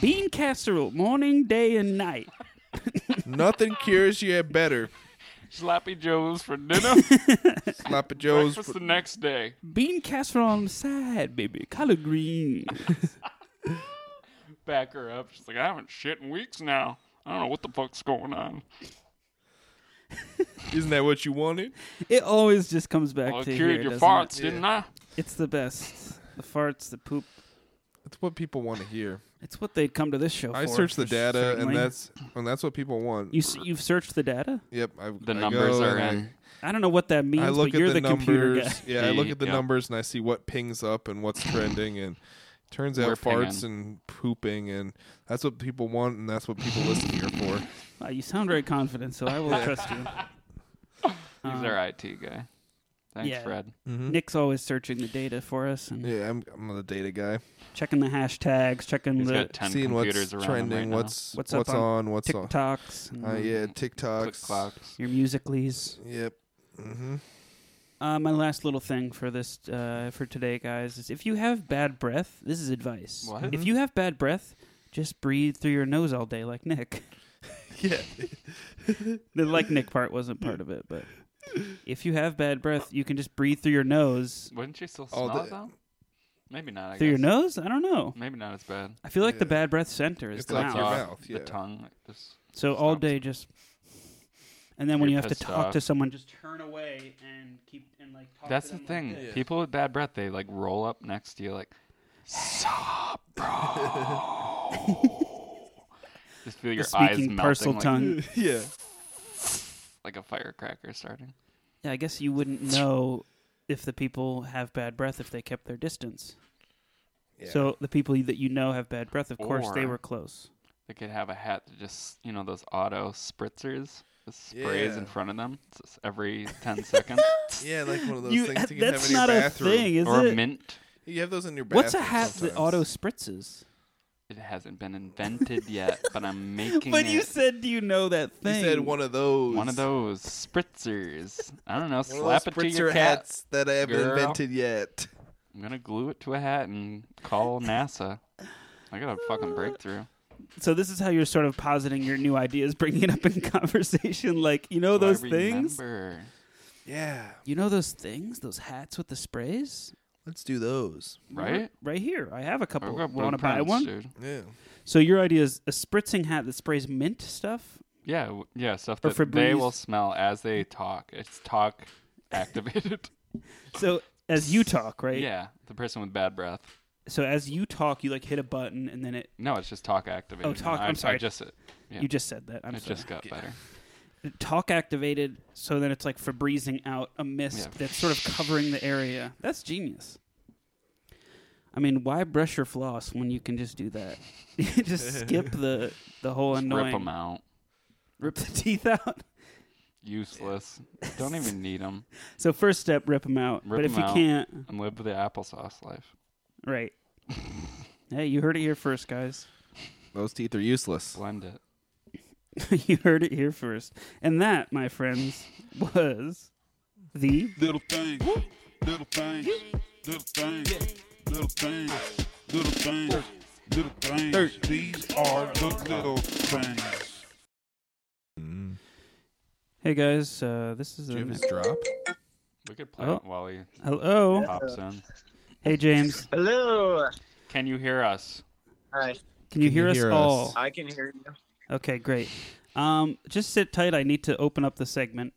Bean casserole, morning, day, and night.
Nothing cures you better.
Slappy Joe's for dinner.
Sloppy Joe's.
breakfast the next day.
Bean casserole on the side, baby. Collard green.
Back her up. She's like, I haven't shit in weeks now. I don't know what the fuck's going on.
Isn't that what you wanted?
it always just comes back
Well, I
to
cured
here,
your
doesn't
farts,
It?
didn't I?
It's the best. The farts, the poop.
That's what people want to hear.
It's what they'd come to this show
I
for.
search the
for
data,
certainly.
and that's and that's what people want.
you. s- You've searched the data.
yep, I,
The
I
numbers
go
are
and
in.
I don't know what that means,
I, I look
but
at
you're
the,
the, computer guy.
numbers. Yeah, I look at the
Yeah.
numbers, and I see what pings up and what's trending, and turns out
We're
farts
pinging.
and pooping, and that's what people want, and that's what people listen here for.
Uh, Wow, you sound very confident, so I will trust you.
He's
Um,
our IT guy. Thanks,
Yeah.
Fred.
Mm-hmm.
Nick's always searching the data for us and
Yeah, I'm I'm the data guy.
checking the hashtags, checking
He's
the
got ten
Seeing what's
computers around him
trending,
right
what's
What's
what's,
up on
on, what's on.
TikToks and
Uh, yeah,
now.
TikToks.
Mm-hmm. Click clocks.
your musicallys.
Yep. Mm-hmm.
Uh, my last little thing for this uh, for today, guys, is if you have bad breath, this is advice.
What?
If you have bad breath, just breathe through your nose all day, like Nick.
Yeah.
the like Nick part wasn't part of it, but if you have bad breath, you can just breathe through your nose.
Wouldn't you still
All
smell it
the-
though? Maybe not. I
through your
guess.
nose? I don't know.
Maybe not as bad.
I feel like the
Yeah.
bad breath center is
It's
the mouth.
like your
Tongue,
mouth,
The
yeah.
tongue, like this.
So all
stops.
day just. And then when
You're
you have to
pissed
talk
off.
to someone, just turn away and keep and like. Talk
That's
to
the
them
thing.
Like this.
People with bad breath, they like roll up next to you, like, stop, bro. Just feel your eyes
Speaking
melting
parcel
like,
tongue.
yeah.
like a firecracker starting.
Yeah, I guess you wouldn't know if the people have bad breath if they kept their distance.
Yeah.
So the people that you know have bad breath, of course, they
Or-
were close.
They could have a hat that just, you know, those auto spritzers, just sprays in
Yeah.
front of them just every 10 seconds.
Yeah, like one of those
You- uh,
things
that's
you can have in your
not a
bathroom.
thing, is
or
it?
mint.
You have those in your bathroom.
What's a hat
sometimes.
that auto spritzes?
It hasn't been invented yet, but I'm making
But
it.
you said you know that
You
thing.
said one of those.
one of those spritzers. I don't know.
One of those
slap it to your
spritzer
cat.
hats that I haven't
girl.
invented yet.
I'm gonna glue it to a hat and call NASA. I got a fucking breakthrough.
so this is how you're sort of positing your new ideas, bringing it up in conversation. Like you know
Do I
those things.
remember?
Yeah.
You know those things, those hats with the sprays.
Let's do those.
right?
Right here, I have a couple.
I've got
Want to buy
blueprints,
one?
dude.
Yeah.
So your idea is a spritzing hat that sprays mint stuff.
Yeah, w- yeah, stuff
Or
that they
Febreze.
will smell as they talk. It's talk activated.
So as you talk, right?
yeah, the person with bad breath.
So as you talk, you like hit a button, and then it.
No, it's just talk activated.
Oh, talk-
I,
I'm sorry.
I just it Yeah.
You just said that. I'm sorry.
just got better.
talk activated so then it's like Febrezing out a mist
Yeah.
that's sort of covering the area. That's genius. I mean, why brush your floss when you can just do that? just skip the the whole
Just
annoying
Rip them out.
rip the teeth out.
Useless. Don't even need them.
So first step, rip them out.
Rip
but if
'em
you
out.
can't,
And live the applesauce life.
right? hey, you heard it here first, guys.
Those teeth are useless.
Blend it.
you heard it here first, and that, my friends, was the
Little things, little things, little things, little things, little things, little things. These are the little things.
hey guys. Uh, this is
Do you have
an-
his drop?
We could play
Oh.
it while he
hello.
pops in.
Hey James.
Hello.
Can you hear us?
Hi.
Can you hear, us,
hear us?
all?
I can hear you.
Okay, great. Um, just sit tight. I need to open up the segment.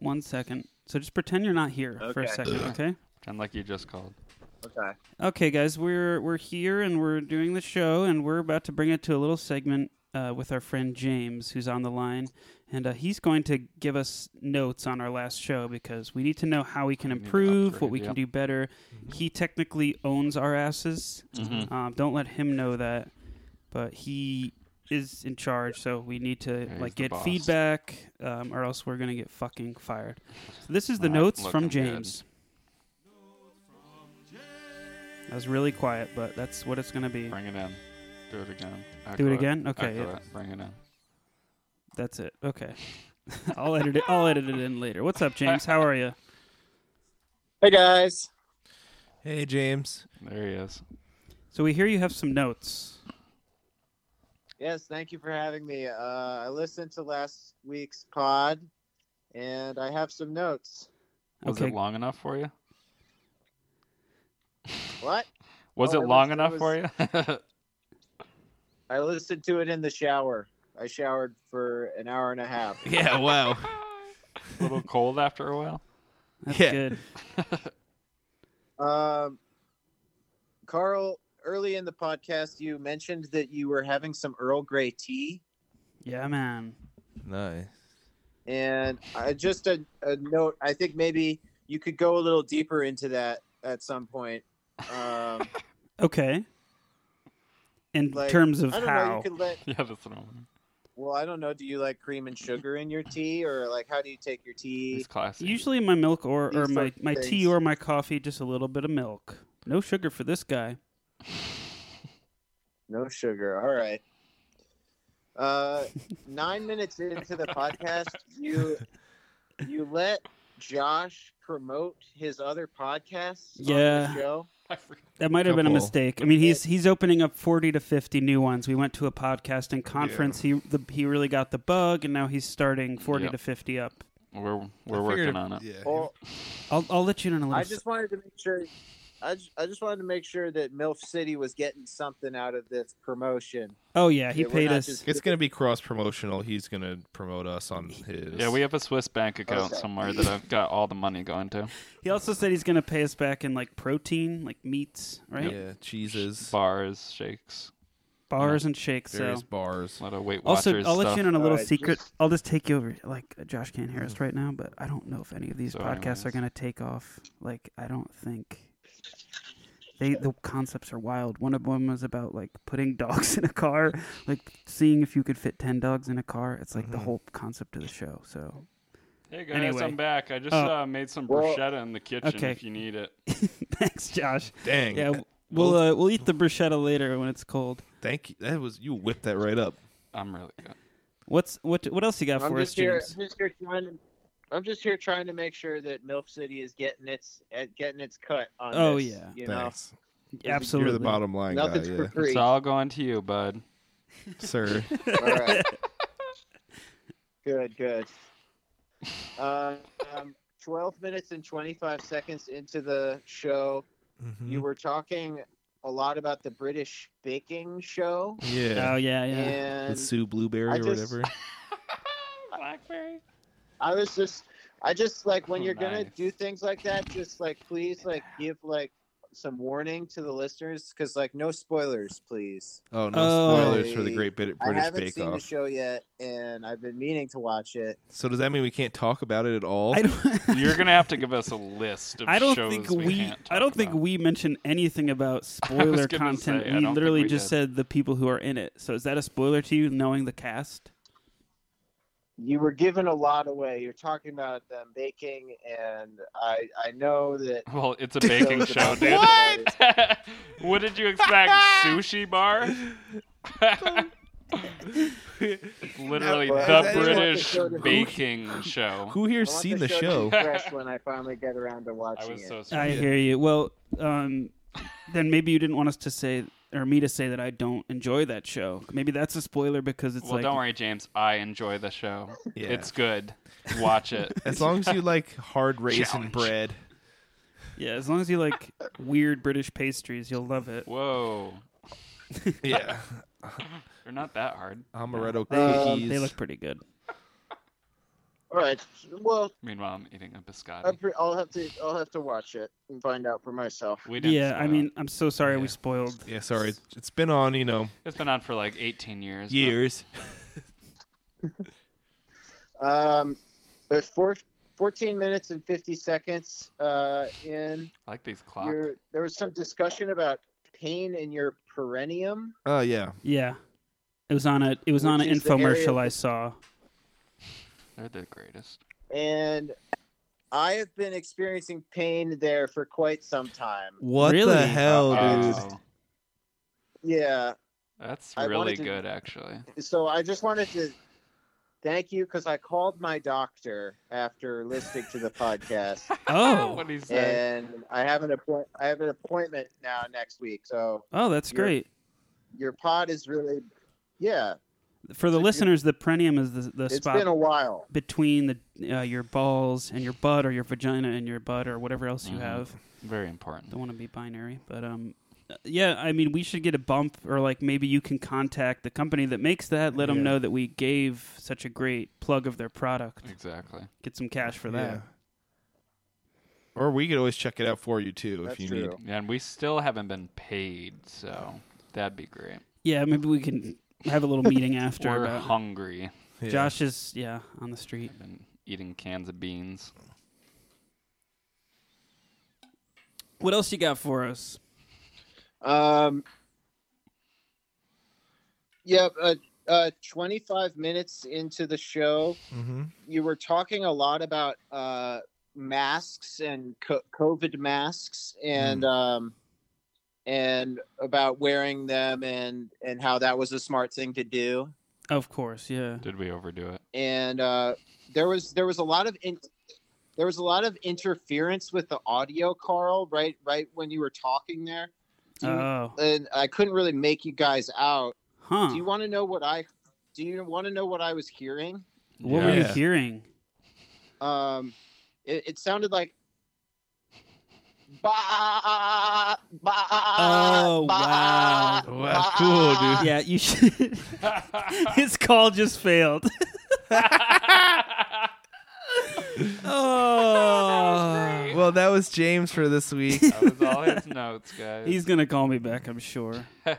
One second. So just pretend you're not here for a
Okay.
second, okay?
Pretend like you just called.
Okay.
Okay, guys, we're we're here and we're doing the show and we're about to bring it to a little segment uh, with our friend James, who's on the line, and uh, he's going to give us notes on our last show because we need to know how we can
to
improve, what
upgrade, Mm-hmm.
we
yeah.
can do better. He technically owns our asses.
Mhm.
Um, don't let him know that, but he is in charge, so we need to
he's
like
the
get
boss.
feedback, um, or else we're gonna get fucking fired. So this is the
Not
notes from
looking good.
James. I was really quiet, but that's what it's gonna be.
Bring it in. Do it again.
Do
Echo
it again? Okay,
Echo
yeah.
it. Bring it in.
That's it. Okay, I'll edit it. I'll edit it in later. What's up, James? How are you?
Hey guys.
Hey, James.
There he is.
So we hear you have some notes.
Yes, thank you for having me. Uh, I listened to last week's pod, and I have some notes.
Was
Okay.
it long enough for you?
Oh, What?
Was
Oh,
it
it
long
was- it
enough for you?
I listened to it in the shower. I showered for an hour and a half.
Yeah, wow.
a little cold after a while.
That's
Yeah.
good.
Um, Carl, early in the podcast, you mentioned that you were having some Earl Grey tea.
Yeah, man.
nice.
And I, just a, a note, I think maybe you could go a little deeper into that at some point. Um,
Okay. In
Like,
terms of
I don't
how
know. You could let
Yeah, that's what I wanted.
Well, I don't know. Do you like cream and sugar in your tea, or like how do you take your tea?
It's classic.
Usually my milk or, or
These
my,
sorts of
my
things.
tea or my coffee, just a little bit of milk. No sugar for this guy.
No sugar. All right. Uh, nine minutes into the podcast, you you let Josh promote his other podcasts. on the
Yeah.
show.
I forget-
That might have been a
Couple.
mistake. I mean, he's he's opening up forty to fifty new ones. We went to a podcasting conference. He the, he really got the bug, and now he's starting forty
Yep.
to fifty up.
I
We're we're
figured
working
if-
on it.
Yeah.
Well,
I'll I'll let you in on a little.
I just wanted to make sure. I just, I just wanted to make sure that MILF City was getting something out of this promotion.
oh yeah, he
Yeah, we're
paid
not
us.
just-
It's gonna be cross promotional. He's gonna promote us on his.
Yeah, we have a Swiss bank account
Okay.
somewhere that I've got all the money going to.
He also said he's going to pay us back in like protein, like meats, right?
yeah cheeses,
Bars, shakes,
Bars and shakes. So.
various bars.
a lot of Weight
Also,
Watchers
I'll let
stuff.
you in on a little
Alright,
secret. I'll just take you over. Like uh, Josh can't hear us right now, but I don't know if any of these
So
podcasts are
anyways.
going to take off. Like I don't think they the concepts are wild. One of them was about like putting dogs in a car, like seeing if you could fit ten dogs in a car. It's like the whole concept of the show. So
Hey guys,
Anyway.
I'm back. I just
Oh.
uh, made some
Well-
bruschetta in the kitchen
Okay.
if you need it.
thanks, Josh.
Dang.
Yeah, we'll uh, we'll eat the bruschetta later when it's cold.
Thank you. That was you whipped that right up.
I'm really good.
What's what what else you got
I'm
for us,
just here.
James?
I'm just here trying to. I'm just here trying to make sure that MILF City is getting its at getting its cut on.
Oh,
this,
yeah.
you know
Thanks.
Absolutely.
You're the bottom line
nothing's
guy,
for free.
It's all going to you, bud.
yeah. sir.
All right. good, good. Uh, um, 12 minutes and 25 seconds into the show,
Mm-hmm.
you were talking a lot about the British baking show.
Yeah,
Oh yeah, yeah.
with
And
Sue Blueberry
I
or
just-
whatever.
Blackberry.
I was just, I just like when
Oh,
you're going to
nice.
do things like that, just like please, like give like some warning to the listeners because like no spoilers, please.
Oh no!
Oh.
Spoilers for the Great Brit-
I
British
haven't
Bake
seen the
Off.
show yet, and I've been meaning to watch it.
So does that mean we can't talk about it at all?
I don't.
You're gonna have to give us a list of
I don't
shows
think
we.
we,
can't
I
talk
don't think
about.
we mentioned anything about
was
spoiler
gonna
content.
say, I
we
don't think
literally
we
just
did.
said the people who are in it. So is that a spoiler to you knowing the cast?
you were giving a lot away. You're talking about them baking, and I I know that
Well, it's a baking
Shows
show,
about
dude.
baking.
what did you expect? Sushi bar? Literally the
Well, I just want to
British
show the-
baking show.
Who
I
here's
want
seen the
to
show?
be fresh when I finally get around to
I
watching
was
it.
so
I
sorry.
hear you. Well, um, then maybe you didn't want us to say or me to say that I don't enjoy that show. Maybe that's a spoiler because it's
Well,
like
don't worry, James. I enjoy the show.
Yeah.
It's good. Watch it.
as long as you like hard raisin
Challenge.
bread.
yeah, as long as you like weird British pastries, you'll love it.
Whoa,
Yeah,
they're not that hard.
amaretto
Um,
cookies.
Uh, They look pretty good.
All right. Well,
Meanwhile, I'm eating a
I
biscotti.
pre- I'll have to I'll have to watch it and find out for myself.
We didn't
Yeah, I
spoil.
mean, I'm so sorry we
Yeah.
spoiled.
yeah, sorry. It's- It's been on, you know,
it's been on for like 18 years. but-
years.
Um, there's four, 14 minutes and 50 seconds uh, in.
I like these clocks.
Your, there was some discussion about pain in your perineum.
Oh yeah.
Yeah, it was on a it was on an
Which is the area
infomercial
of-
I saw.
They're the greatest.
and I have been experiencing pain there for quite some time.
What
Really?
the hell, dude?
Uh-oh.
Yeah,
That's
I
really
wanted to-
good, actually.
so I just wanted to thank you because I called my doctor after listening to the podcast,
Oh,
what he said.
and I have an appoint- I have an appointment now next week. So
oh, that's
You're-
great.
your pod is really, yeah,
For the listeners, the perineum is the, the
it's
spot
been a while.
between the uh, your balls and your butt, or your vagina and your butt, or whatever else you
Mm-hmm.
Mhm.
have.
Very important.
Don't want to be binary, but um, uh, yeah. I mean, we should get a bump, or like maybe you can contact the company that makes that. Let them
Yeah.
know that we gave such a great plug of their product.
Mm.
Exactly.
Get some cash for
Yeah.
that.
Or we could always check it out for you too if
That's
you need.
true.
And we still haven't been paid, so that'd be great.
Yeah, maybe we can have a little meeting after.
We're
about-
hungry.
Yeah.
Josh is yeah on the street.
Been eating cans of beans.
What else you got for us?
Um, yeah, uh, uh, 25 minutes into the show,
Mm-hmm.
you were talking a lot about uh, masks and co- COVID masks and
Hmm.
um, and about wearing them and and how that was a smart thing to do.
Of course, yeah.
Did we overdo it?
And uh, there was there was a lot of in- there was a lot of interference with the audio, Carl. Right, right when you were talking there, Do you-
Oh,
and I couldn't really make you guys out.
huh.
Do you want to know what I? Do you want to know what I was hearing?
what were you
Yeah.
hearing?
um it, it sounded like bah, bah,
Oh, wow.
Well, that's cool,
Ah.
dude.
Yeah, you should. His call just failed. oh,
Well, that was James for this week.
That was all his notes, guys.
he's gonna call me back, I'm sure.
But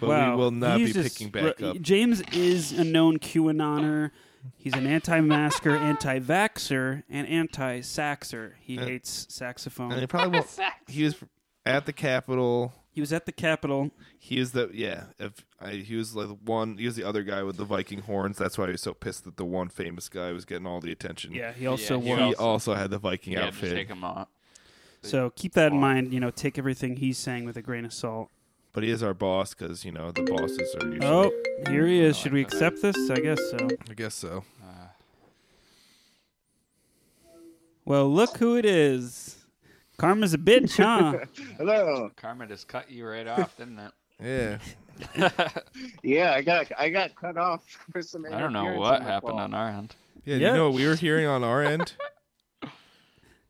wow,
we will not
He's
be
just-
picking back
r-
up.
James is a known QAnoner. He's an anti-masker, anti-vaxer, and anti-saxer. He
Uh,
hates
And he
saxophone.
probably won't. he was at the Capitol.
He was at the Capitol.
He was the yeah. If I, he was like the one, he was the other guy with the Viking horns. That's why he was so pissed that the one famous guy was getting all the attention.
Yeah, he also
he
he
wore.
also-
also had the Viking
yeah, just
outfit,
take him out.
So keep that in mind. You know, take everything he's saying with a grain of salt.
but he is our boss because you know the bosses are usually.
Oh, here he is.
I
Should we
like that.
accept this? I guess so.
I guess so.
Well, look who it is. Karma's a bitch, huh?
hello
Karma just cut you right off, didn't it?
Yeah,
yeah i got i got cut off for some
I don't know
interference
what
my
happened
call.
on our end.
yeah.
Yeah.
You know what we were hearing on our end.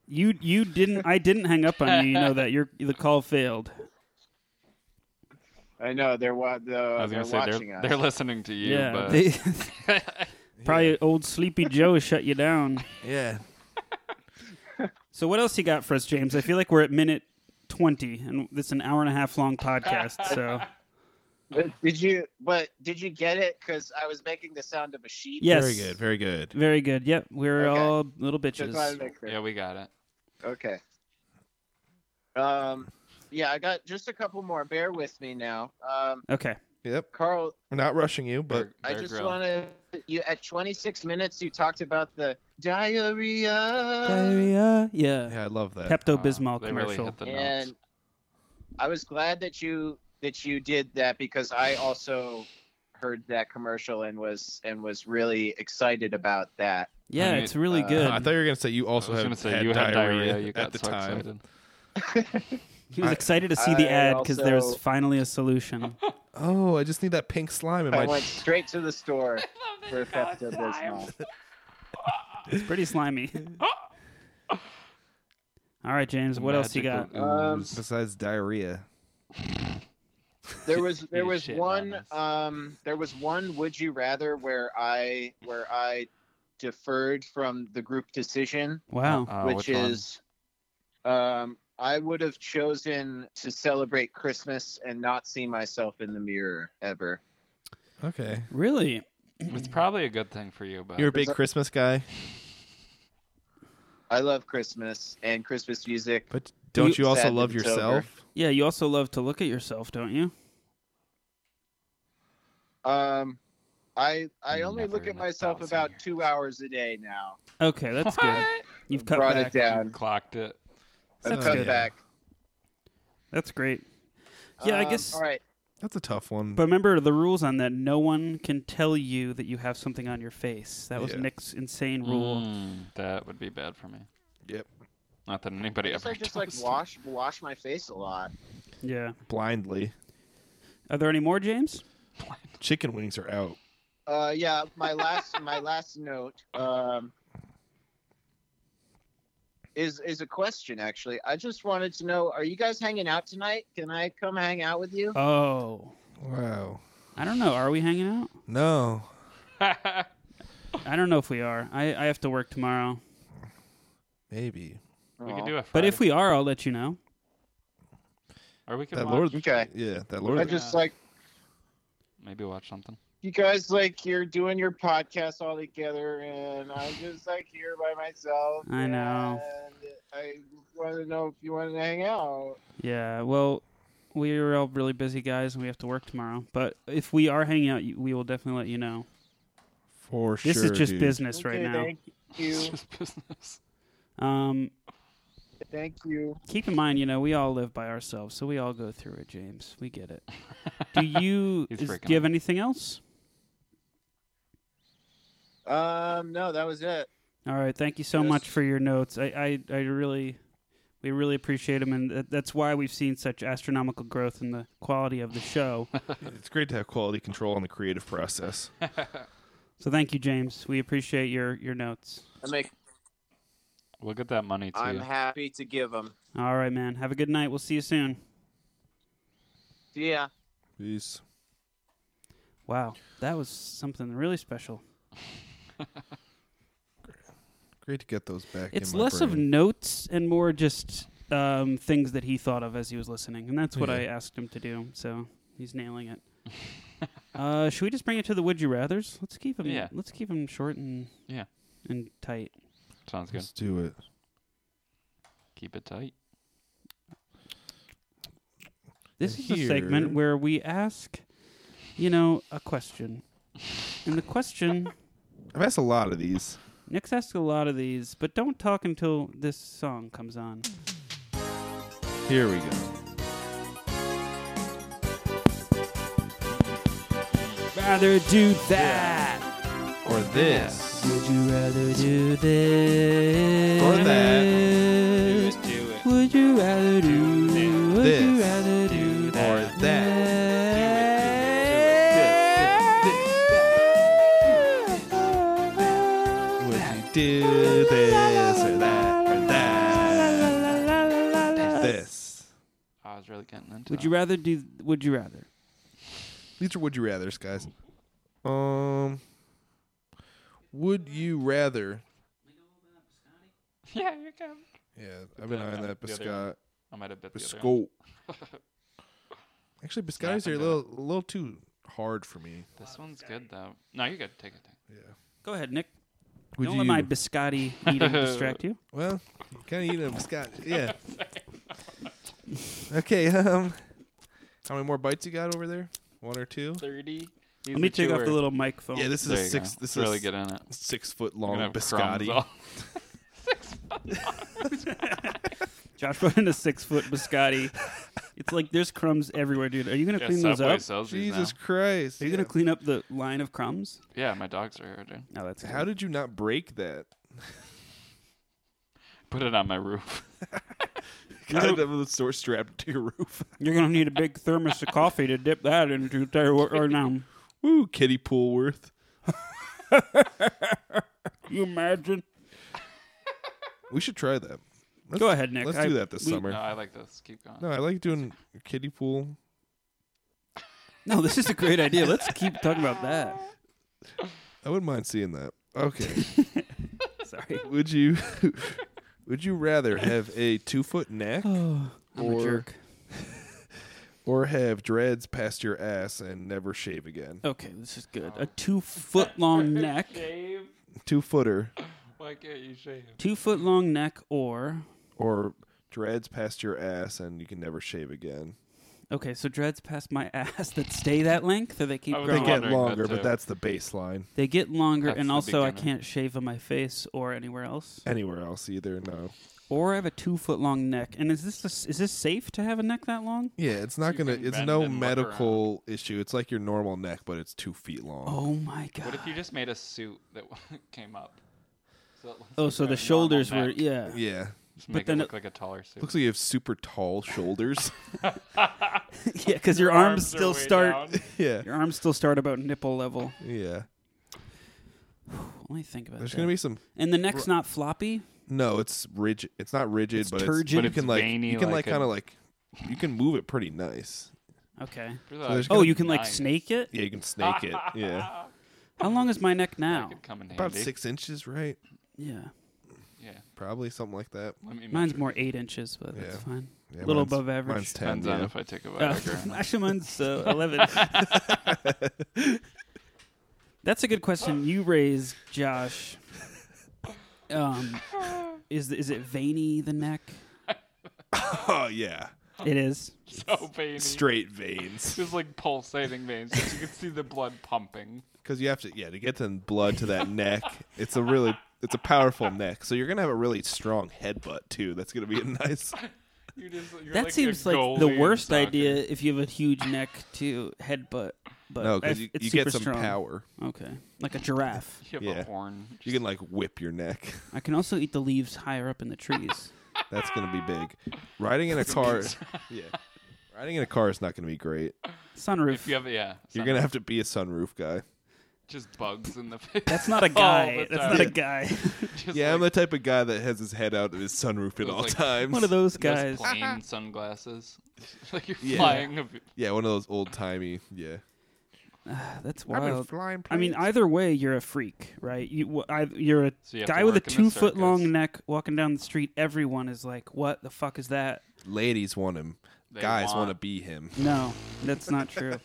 you you didn't. I didn't hang up on you. You know that your the call failed.
i know they're wa- the,
I was
they're
gonna say
watching
they're,
us
they're listening to you,
yeah,
but
they- probably old Sleepy Joe shut you down.
yeah.
So what else you got for us, James? I feel like we're at minute twenty, and it's an hour and a half long podcast. So
But did you but did you get it because i was making the sound of a sheep
yes,
Very good. Very good.
Very good. Yep, we're
Okay.
all little
Just wanted
bitches.
to make sure.
yeah, we got it.
okay um yeah i got just a couple more bear with me now um
Okay.
Yep.
carl
We're not rushing you, but
Bear-
I
Bear
just
Grill.
want to. You at 26 minutes, you talked about the diarrhea,
Diarrhea. Yeah.
yeah, I love that.
Pepto
Uh,
Bismol
they really
commercial.
hit the notes.
and I was glad that you that you did that because I also heard that commercial and was and was really excited about that.
yeah,
I mean,
it's really
uh,
good.
I thought you were gonna say you
I
also
was
had,
gonna say
had
you had
diarrhea,
diarrhea. You got
at the
so
time.
excited.
he was
I-
excited to see the
I
ad because there's
also-
finally a solution.
Oh, I just need that pink slime in
I
my.
went straight to the store for Pepto Bismol.
It's pretty slimy. All right, James, what else you got?
Magical
Um,
ooze.
Besides diarrhea,
There was there
Eat
was
shit,
one
Mamas.
um there was one would you rather where I where I deferred from the group decision.
Wow.
Uh,
which
which one?
is um I would have chosen to celebrate Christmas and not see myself in the mirror ever.
okay.
Really?
it's probably a good thing for you, but
You're a big Christmas guy,
I love Christmas and Christmas music.
but don't
You-
you also
Sad
love
that it's
yourself?
Yeah, you also love to look at yourself, don't you?
Um I I only
Never
look
in
at
a
myself
thousand
about
years.
2 hours a day now.
Okay, that's good. You've cut
Brought
back.
it down.
clocked it.
Oh,
I've
That's
cut
good.
back.
That's great. Yeah, I
Um,
guess.
All right.
That's a tough one.
But remember the rules on that. No one can tell you that you have something on your face. That was
Yeah.
Nick's insane rule.
Mm, that would be bad for me.
yep.
Not that anybody
I guess
ever
I just like
does.
wash wash my face a lot.
Yeah.
Blindly,
Are there any more, James?
chicken wings are out.
Uh yeah, my last my last note um is is a question actually. I just wanted to know are you guys hanging out tonight? Can I come hang out with you?
Oh.
Wow.
I don't know. Are we hanging out?
No.
I don't know if we are. I, I have to work tomorrow.
Maybe.
Uh, we
Aw.
could do it.
But if we are, I'll let you know.
or we could
That
watch,
Lord.
Okay.
Yeah. That
I
Lord.
just like
maybe watch something.
you guys like you're doing your podcast all together and I'm just like here by myself.
I know.
And I want to know if you wanted to hang out.
Yeah. Well, we are all really busy guys, and we have to work tomorrow. But if we are hanging out, you- we will definitely let you know.
For
This is just business right
Okay,
now.
Thank you.
It's just business.
Um,
Thank you.
keep in mind, you know, we all live by ourselves, so we all go through it, James. We get it. Do you?
He's
is- do
freaking
you have anything else?
Um, no, that was it.
All right. Thank you so
Yes.
much for your notes. I, I, I really, we really appreciate them, and that- that's why we've seen such astronomical growth in the quality of the show.
It's great to have quality control on the creative process.
so thank you, James. We appreciate your your notes.
I make,
We'll get that money to
I'm
you.
happy to give them.
All right, man. Have a good night. We'll see you soon.
Yeah.
Peace.
Wow, that was something really special.
Great to get those back.
It's
in my
less of
brain.
notes and more just um, things that he thought of as he was listening, and that's what
Yeah.
I asked him to do. So he's nailing it. uh, should we just bring it to the would you rather's? Let's keep him.
Yeah.
Let's keep him short and
Yeah.
and tight.
Sounds good.
Let's do it.
Keep it tight.
This
And
is a segment
here-
where we ask, you know, a question, and the question.
I've asked a lot of these.
Nick's asked a lot of these, but don't talk until this song comes on.
Here we go.
Rather do that.
Or this.
Would you rather do this
Or that.
that? Would you rather do Would you
This.
rather do that?
Or that. Would you do this or that or that? This.
I was really getting into
Would
it.
you rather do? Would you rather?
These are would you rather's, guys. Um, would you rather?
Yeah, you can.
Yeah, I've been
Yeah,
eyeing that
the other
biscot.
I might have bit the other one.
Biscoat. Actually, biscottis
I
are a
can do
little, a little too hard for me.
This one's good though. No, you're good. Take it. Take it.
Go ahead, Nick.
Would
Don't
you?
let my biscotti eating distract you.
well, kind of eating a biscot. Yeah. okay. Um, how many more bites you got over there? One or two?
Thirty.
Let me take off the little microphone.
Yeah, this is a six. This
really
is
good in it.
six foot
You're
long
gonna have crumbs
biscotti.
all-
Josh brought in a six foot biscotti. it's like there's crumbs everywhere, dude. Are you gonna
Yeah,
clean those
Subway
up?
sells these
Jesus
now.
Christ!
Are you gonna clean up the line of crumbs?
Yeah, my dogs are here, dude.
No, that's
How did you not break that?
Put it on my roof.
Got it over the store strapped to your roof.
You're gonna need a big thermos of coffee to dip that into. Tell you what, right now,
Woo, Kitty Poolworth.
you imagine.
We should try that. Let's,
Go ahead, Nick.
Let's
I-
do that this
we-
summer.
no, I like this. Keep going.
No, I like doing kiddie pool.
No, this is a great idea. Let's keep talking about that.
I wouldn't mind seeing that. Okay.
Sorry.
would you would you rather have a two foot neck
I'm
Or-
a jerk.
or have dreads past your ass and never shave again?
Okay, this is good. A two foot long neck,
Shave?
Two footer
Why can't you shave?
two foot long neck, or
or dreads past your ass and you can never shave again.
okay, so dreads past my ass that stay that length, or they keep
I was
They
growing.
wondering
get
that
longer,
too.
but that's the baseline.
They get longer,
Oh, That's
and
the
also I
beginner.
can't shave on my face or anywhere else.
Anywhere else either, no.
Or I have a two foot long neck. And is this is this safe to have a neck that long?
Yeah, it's not
You
gonna.
can
It's
bend
no
and look around.
medical issue. It's like your normal neck, but it's two feet long.
Oh my god!
What if you just made a suit that came up? So it looks
oh,
like
so the
you have a normal
shoulders were
neck.
yeah.
Yeah,
Just make
then
it look
it-
like a taller suit.
looks like you have super tall shoulders.
Yeah, because your, arms, still start.
yeah,
Your arms still start about nipple level.
yeah.
Only think about
There's
that.
gonna be some.
and the neck's not floppy.
No, it's rigid. It's not rigid,
It's
but
turgid.
it's
But
you
it's
can like
veiny
you can like
like a-
kind of like you can move it pretty nice.
Okay.
there's
Oh,
gonna
you can like snake it.
Yeah, you can snake it. Yeah,
How long is my neck now?
Could come in handy.
about six inches, right?
Yeah,
Yeah.
Probably something like that.
Let me
mine's
measure.
more eight inches, but that's
Yeah.
fine.
Yeah,
A little
mine's-
above average.
Mine's ten.
Depends on
Yeah.
if I take a
Uh,
Viagra. or not.
actually, mine's uh, eleven. That's a good question you raise, Josh. Um, is is it veiny the neck?
Oh yeah.
It is.
so veiny.
Straight veins.
Just like pulsating veins. Just you can see the blood pumping.
because you have to yeah to get the blood to that neck it's a really it's a powerful neck so you're gonna have a really strong headbutt too that's gonna be a nice
You just, you're
that
like a
seems like the
goalie in
worst
soccer.
idea if you have a huge neck to headbutt. But
no
that's-
because you,
it's
you
super
get some
strong.
power
Okay, like a giraffe.
You have
Yeah.
a horn.
you can like whip your neck
I can also eat the leaves higher up in the trees.
that's gonna be big riding in a car yeah riding in a car is not gonna be great
Sunroof.
If you have, yeah.
you're
some-
gonna have to be a sunroof guy
just bugs in the face.
That's not a
all
guy.
the
That's
time.
not a guy.
Just
yeah i'm the
like
type of guy that has his head out of his sunroof at
Those,
all
like-
times
One of those
those
guys.
plain sunglasses. like you're
Yeah.
flying. A,
yeah one of those old timey yeah
That's
I've been
wild.
flying
I mean,
planes.
either way, you're a freak, right? You, wh- I, you're a
So you have to
guy with a
work in
two
the
foot long
circus.
neck walking down the street. Everyone is like, "What the fuck is that?"
ladies want him
They
guys
want-
want to be him
No, that's not true.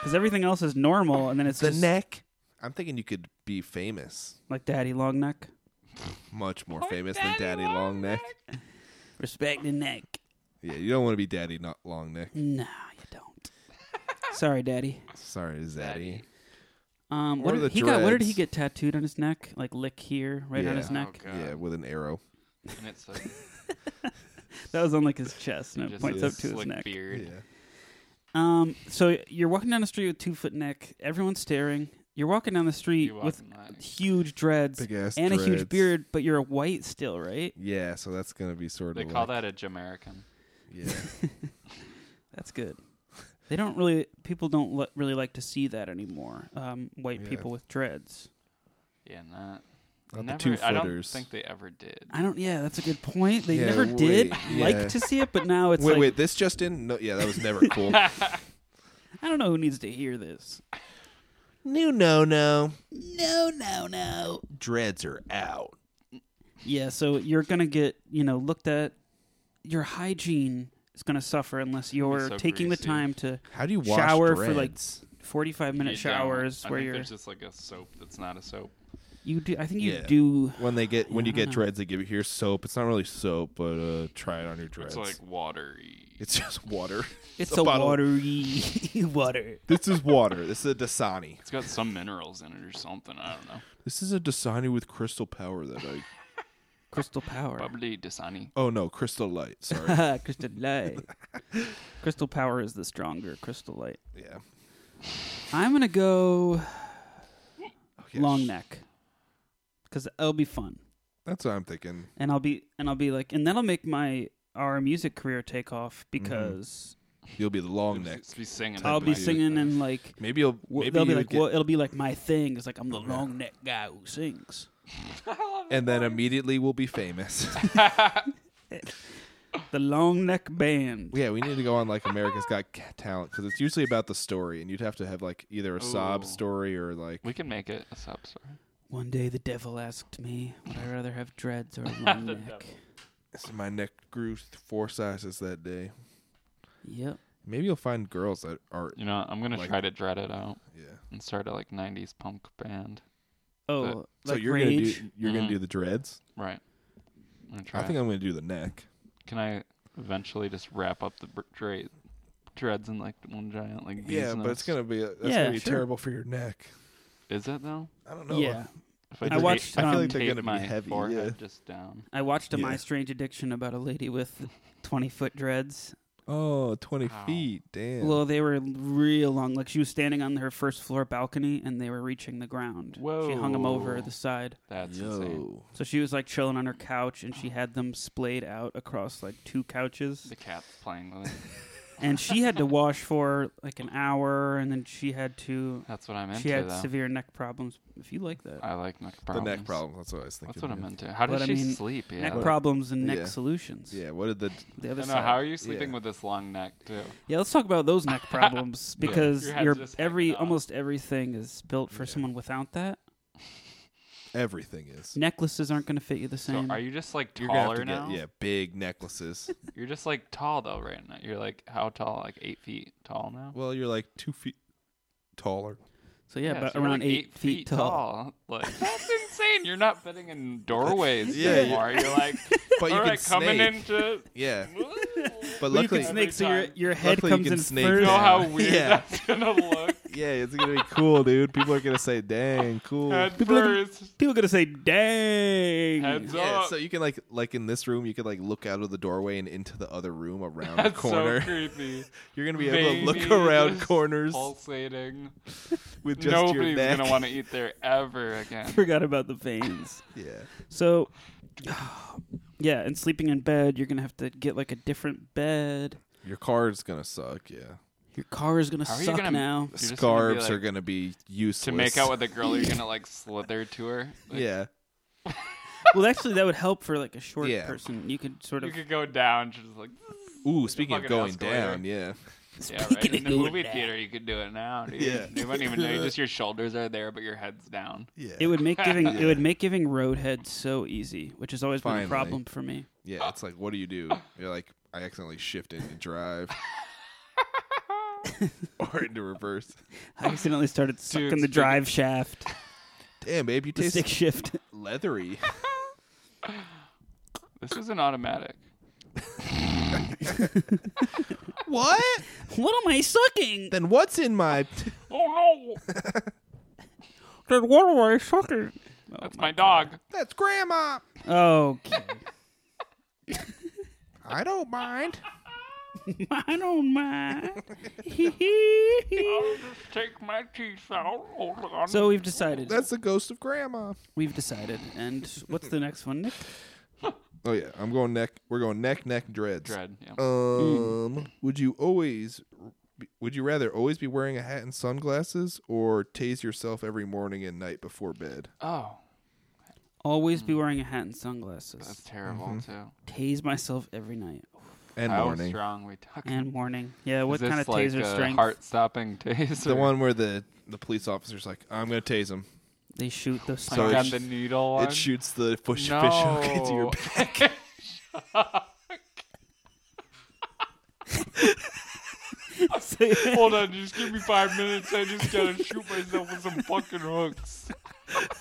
Because everything else is normal, and then it's just
neck i'm thinking you could be famous
like Daddy Long Neck.
much more famous than Daddy Long Neck.
Respect the neck.
Yeah, you don't want to be Daddy not Long Neck.
Nah, you don't. Sorry, Daddy.
Sorry, Zaddy.
Um,
Or
what did
the
he got? What did he
dreads.
get tattooed on his neck? Like lick here, right on his
Yeah.
neck.
Oh, God.
Yeah, with an arrow.
And it's like
That was on like his chest, and it
just
points
a
up to his
slick
neck.
beard.
Yeah.
Um, so you're walking down the street with two foot neck. Everyone's staring. You're walking down the street
You walk
with
in line.
huge dreads
Big ass
and a
dreads.
huge beard, but you're white still, right?
Yeah, so that's gonna be sort
They
of
call
like,
that a Jamaican.
yeah.
That's good. They don't really people don't li- really like to see that anymore. Um, white
Yeah.
people with dreads.
Yeah, not.
Not
never,
the two
I don't
footers.
think they ever did.
I don't. Yeah, that's a good point. They
Yeah,
never
wait,
did
yeah.
like to see it, but now it's
Wait,
like
wait, this just in? No, yeah, that was never cool.
I don't know who needs to hear this.
New no no.
No, no, no.
Dreads are out.
Yeah, so you're gonna get you know looked at. Your hygiene is gonna suffer unless you're
so
taking the
greasy.
time to
How do you wash
shower for like
dreads?
45 minute
You don't.
showers
I
where
think
you're
There's just like a soap that's not a soap.
you do. I think you
Yeah.
do.
when they get when
Yeah, I
you
don't
get
know.
dreads, they give you here's soap. It's not really soap, but uh, try it on your dreads.
It's like watery.
It's just water.
It's
a
a,
bottle.
watery water.
this is water. This is a Dasani.
It's got some minerals in it or something. I don't know.
This is a Dasani with crystal power that I
Crystal power.
Bubbly Dasani.
Oh no, crystal light. Sorry.
crystal light. crystal power is the stronger crystal light.
yeah.
I'm gonna go
Okay.
long neck because that'll be fun,
That's what I'm thinking.
and I'll be and I'll be like, and that'll make my our music career take off because
You'll be the long neck.
Just be singing.
I'll
it,
be
like-
singing and like
Maybe you'll
w-
maybe
they'll be
you'll
like,
get-
well, it'll be like my thing. It's like I'm the long neck guy who sings.
and then immediately we'll be famous.
The long neck band.
yeah, we need to go on like America's Got Ca- Talent because it's usually about the story, and you'd have to have like either a sob
Ooh.
story or like
We can make it a sob story.
One day the devil asked me, would I rather have dreads or a long
The
neck?
devil.
my neck grew th- four sizes that day.
Yep.
Maybe you'll find girls that are
You know, I'm gonna
Like-
try to dread it out
yeah.
and start a like '90s punk band.
Oh,
Uh,
like
so you're
rage.
gonna do you're gonna do the dreads.
Right. I'm gonna try.
I think I'm gonna do the neck.
Can I eventually just wrap up the br- dread dreads in like one giant like? bee's
Yeah, but it's
nest?
gonna be a, that's
Yeah,
gonna be
sure.
terrible for your neck.
Is it though?
I don't know.
yeah,
If
I watched,
I feel
um,
like they're
tape
gonna be
my
heavy. Yeah.
forehead just down.
I watched a My
Yeah.
Strange Addiction about a lady with 20 foot dreads.
Oh, 20
Wow.
feet. Damn.
Well, they were real long. Like she was standing on her first floor balcony, and they were reaching the ground. She hung them over
Whoa.
the side.
That's insane.
So she was like chilling on her couch, and she had them splayed out across like two couches.
The cat's playing with it.
And she had to wash for like an hour, and then she had to.
That's what I'm into
She had
though.
severe neck problems. If you like that,
I like neck
the
problems.
neck problem. That's what I was thinking.
That's what I'm
yeah.
into. How does
But I
she
mean,
sleep? Yeah.
neck problems and neck
Yeah.
solutions.
Yeah, what did the
The
I
other
know.
side.
How are you sleeping
Yeah.
with this long neck too?
Yeah, let's talk about those neck problems because
Your head's
your
just hanging
every
off.
almost everything is built for someone without that.
everything is?
Necklaces aren't going to fit you the
So
same.
are you just like
You're gonna have
taller
to
now?
get yeah big necklaces.
You're just like tall though right now. You're like how tall? Like eight feet tall now.
well, you're like two feet taller.
so yeah,
Yeah,
but
so you're,
around
like,
eight, feet, tall.
Like that's insane. You're not fitting in doorways
Yeah,
anymore. You're like,
But you
all
can
right, coming
snake.
into
Yeah, But
Well, you can
luckily,
snake, so your,
time.
your head
Luckily you
comes
can
in
snake
first.
You know
Yeah.
how weird
Yeah.
that's gonna look.
yeah, it's gonna be cool, dude. People are gonna say, "Dang, cool."
Head
People are-
first,
People are gonna say, "Dang!"
heads
Yeah,
up.
so you can like like in this room, you can like look out of the doorway and into the other room around the
that's
corner.
so creepy.
You're gonna be able to
Veiny,
look around
just
corners
Pulsating.
with just your
Nobody's
neck.
gonna want to eat there ever again.
Forgot about the veins.
Yeah.
So, yeah, and sleeping in bed, you're gonna have to get like a different bed.
Your car's gonna suck. Yeah.
Your car is gonna
How are you
suck
gonna-
now.
You're just gonna be
Scarves are
like-
gonna be useless.
To make out with a girl, you're gonna like slither to her. Like,
Yeah.
well, actually, that would help for like a short
Yeah.
person. You could sort
You
of.
could go down, just like
Ooh, speaking of
fucking
going
escalator.
down, yeah.
Speaking
yeah, right.
of
In the
going
movie
down.
theater, you could do it now, dude.
Yeah.
You wouldn't even know. you Just your shoulders are there, but your head's down.
Yeah.
It would make giving it would make giving roadhead so easy, which has always been
Finally.
a problem for me.
yeah, it's like, what do you do? You're like, I accidentally shifted and drive. or into reverse.
I accidentally started sucking the
speaking-
drive shaft,
Damn, babe, you
the
taste
stick shift.
leathery.
This is an automatic.
what?
what am I sucking?
Then what's in my
Oh no,
Then what am I sucking?
that's Oh, my dog.
That's grandma.
Okay,
I don't mind.
I don't mind.
I'll just take my teeth out. Hold on.
so we've decided.
That's the ghost of grandma.
We've decided. And what's the next one, Nick?
Oh yeah, I'm going neck. We're going neck, neck, dreads.
dread. Yeah.
Um, would you always? Would you rather always be wearing a hat and sunglasses, or tase yourself every morning and night before bed?
oh,
Always be wearing a hat and sunglasses.
that's terrible too.
Tase myself every night
And
How
morning,
strong we talking?
and morning. Yeah, what
is this
kind of
like
taser
a
strength?
Heart-stopping taser.
the one where the the police officer's like, "I'm gonna tase him."
They shoot the
Like,
So
got
it's-
the needle. One.
It shoots the fish
no.
fish hook into your.
sunglasses.
Hold on, just give me five minutes. I just gotta shoot myself with some fucking hooks.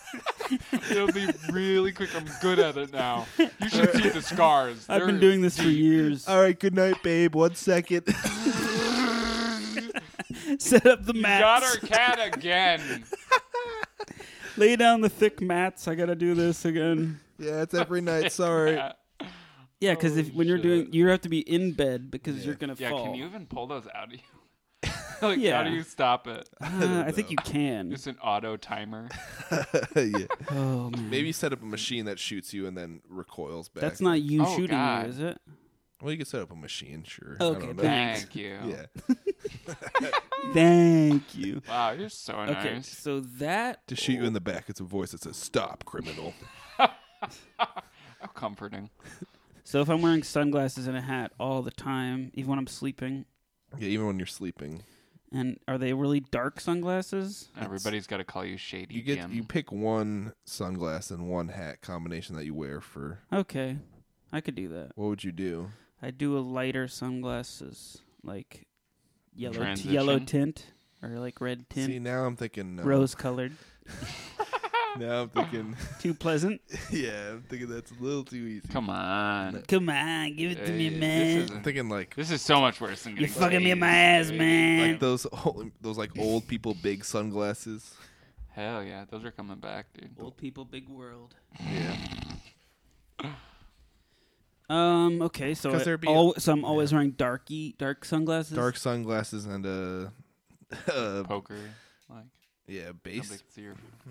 It'll be really quick. I'm good at it now. You should see the scars.
I've been
They're-
doing this for years.
All right, good night, babe. One second.
Set up the
Got
mats.
our cat again.
Lay down the thick mats. I gotta do this again.
yeah, it's every night. Sorry.
Uh,
Yeah, because if when you're doing, you have to be in bed because you're gonna
Yeah,
fall.
can you even pull those out of you? like,
Yeah.
how do you stop it?
Uh, I think you can.
Just an auto timer.
yeah.
Oh man,
Maybe set up a machine that shoots you and then recoils back.
that's not you
Oh,
shooting
God.
you, is it?
Well, you could set up a machine, sure. I
Okay,
don't know.
thanks.
Thank you.
Yeah.
Thank you.
Wow, you're so
Okay,
nice.
so that
To shoot you in the back, it's a voice that says, Stop, criminal.
How comforting.
So if I'm wearing sunglasses and a hat all the time, even when I'm sleeping,
yeah, even when you're sleeping.
and are they really dark sunglasses?
Everybody's got to call you shady.
You get
Jim.
you pick one sunglass and one hat combination that you wear for
Okay, I could do that.
what would you do?
I do a lighter sunglasses, like yellow t-
Transition.
yellow tint or like red
See
tint,
now I'm thinking
Uh,
no.
rose colored.
Now I'm thinking
Too pleasant.
Yeah, I'm thinking that's a little too easy.
Come on.
Come on, give it to me,
Hey,
man.
This
I'm
is,
thinking like
this is so much worse than
You're
getting
fucking me in
tased,
my ass,
dude.
man.
like those old, those like old people big sunglasses.
Hell yeah, those are coming back, dude.
Old people, big world.
Yeah.
Um. Okay. So
'Cause
I
there'd be a-
al- so I'm always wearing darky dark sunglasses.
Dark sunglasses and a uh,
Poker, like
yeah,
nobody
base.
can see your.
I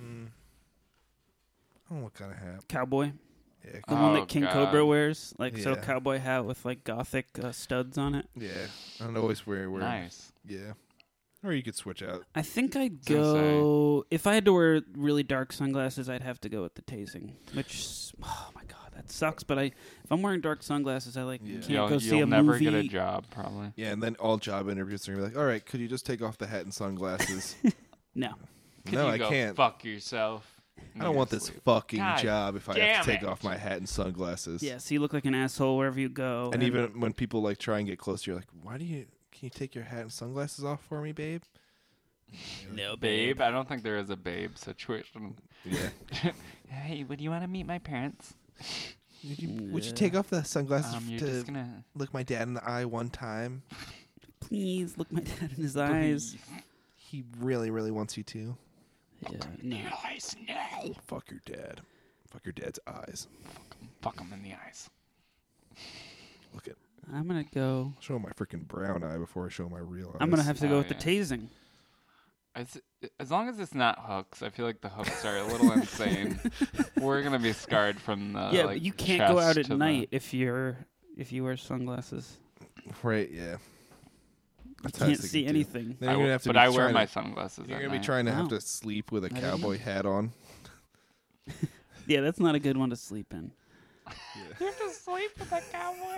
don't know what kind of hat.
cowboy.
Yeah,
The one
Oh,
that King
God.
Cobra wears, like so
Yeah.
cowboy hat with like gothic uh, studs on it.
yeah. I don't always wear wear
Nice.
Yeah. Or you could switch out.
I think I'd
That's what I'm saying.
go if I had to wear really dark sunglasses, I'd have to go with the tasing, which s- oh my god, that sucks. But I if I'm wearing dark sunglasses, I like
Yeah.
can't
You'll,
go
you'll
see a
never
movie.
get a job, probably.
Yeah, and then all job interviews are gonna be like, "All right, could you just take off the hat and sunglasses?"
No,
Could
no,
you
I
go
can't.
Fuck yourself.
I don't want this
Sleep.
fucking
God
job if I have
damn
to take
it.
off my hat and sunglasses.
yeah, so you look like an asshole wherever you go.
And even when people like try and get close, you're like, "Why do you? Can you take your hat and sunglasses off for me, babe?"
no,
Babe, I don't think there is a babe situation.
Yeah.
hey, would you want to meet my parents?
Did you, Would you take off the sunglasses
Um, you're
to
just gonna.
look my dad in the eye one time?
Please look my dad in his eyes.
He really, really wants you to.
Yeah, no.
Fuck your dad. Fuck your dad's eyes.
Fuck him in the eyes.
Look at.
I'm gonna go.
Show him my freaking brown eye before I show him my real eyes.
I'm gonna have to go
Oh,
with
yeah.
the tasing.
As, as long as it's not hooks, I feel like the hooks are a little insane. We're gonna be scarred from the.
yeah,
like,
but you can't go out
chest
at
to the-
night if you're if you wear sunglasses.
Right? Yeah.
You
That's how I was
can't see
thinking, too.
anything.
Then you're
I w-
gonna have to.
but
be
I wear
trying
my
To,
sunglasses.
you're
at
gonna be
night.
trying to have
Wow.
to sleep with a
didn't know.
cowboy hat on.
Yeah, that's not a good one to sleep in.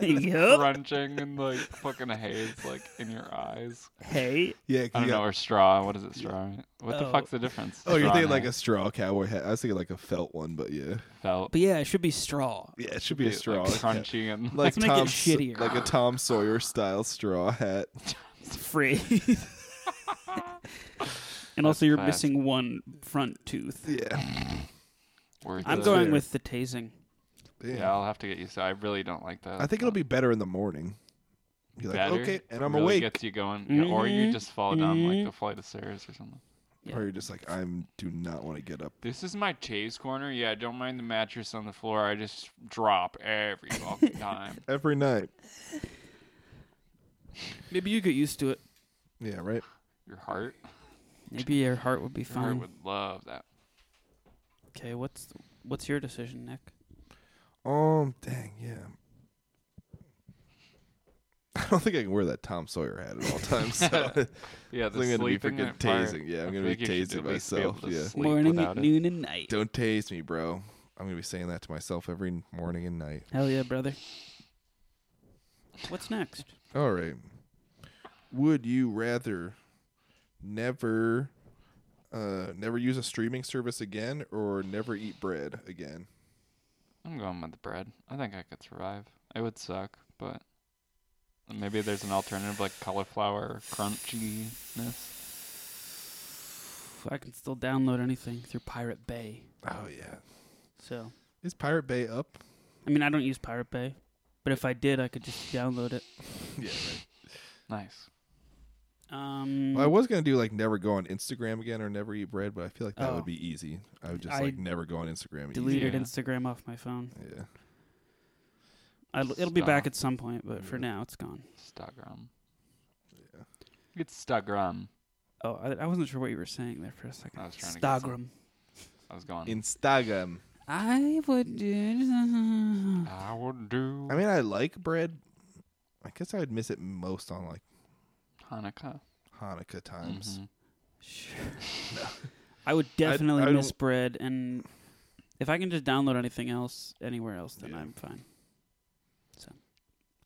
yep.
crunching and like fucking haze like in your eyes.
Hey.
Yeah. 'cause
I don't
you got-
know or straw. What is it, straw? What the
Oh.
fuck's the difference?
Oh, you're
Straw
thinking
and
like a
hay.
straw cowboy hat. I was thinking like a felt one, but yeah,
felt
But yeah, it should be straw.
yeah, it should be a
like,
straw.
crunchy and
Like
Let's make it
Tom S-
shittier.
like a Tom Sawyer style straw hat.
Phrase. and also, you're
fast.
missing one front tooth.
Yeah,
We're
I'm
good.
going
fair.
with the tasing.
Damn.
Yeah, I'll have to get used to. it. I really don't like that.
I think it'll be better in the morning. You're like,
better.
okay, and
It
I'm
really
awake.
Gets you going, Yeah, or you
Mhm,
just fall down like
mhm.
the flight of stairs or something.
Yeah.
Or you're just like, I'm do not want to get up.
This is my chase corner. Yeah, I don't mind the mattress on the floor. I just drop every fucking time.
Every night.
Maybe you get used to it.
Yeah, right?
Your heart,
Maybe your heart would be
your heart
fine.
would love that.
Okay, what's what's your decision, Nick?
Um, dang, yeah. I don't think I can wear that Tom Sawyer hat at all times. So
Yeah,
I'm
the
gonna be
sleeping
freaking
part,
tasing. Yeah,
I
I'm gonna
feel
be
like you should
tasing
at least be able
myself,
to
yeah.
sleep
Morning,
without it.
noon, and night.
don't tase me, bro. I'm going to be saying that to myself every morning and night.
Hell yeah, brother. What's next?
All right. Would you rather never uh never use a streaming service again or never eat bread again?
I'm going with the bread. I think I could survive. It would suck, but maybe there's an alternative like cauliflower crunchiness.
I can still download anything through Pirate Bay.
Oh yeah.
So,
Is Pirate Bay up?
I mean, I don't use Pirate Bay, but if I did, I could just download it.
yeah, right.
Nice.
Um,
Well, I was gonna do like never go on Instagram again or never eat bread, but I feel like that
Oh.
would be easy. I would just
I
like never go on Instagram. Easy.
deleted
Yeah.
Instagram off my phone.
Yeah.
I, it'll be back
Stop.
at some point, but for now, it's gone.
Instagram.
Yeah.
It's Instagram.
Oh, I, I wasn't sure what you were saying there for a second.
I was trying to get some-
Instagram.
I was going.
Instagram.
I would do.
I would do
I mean, I like bread. I guess I would miss it most on like
Hanukkah.
Hanukkah times.
Mhm.
Sure. I would definitely
I'd-
miss bread, and if I can just download anything else anywhere else, then
Yeah.
I'm fine. So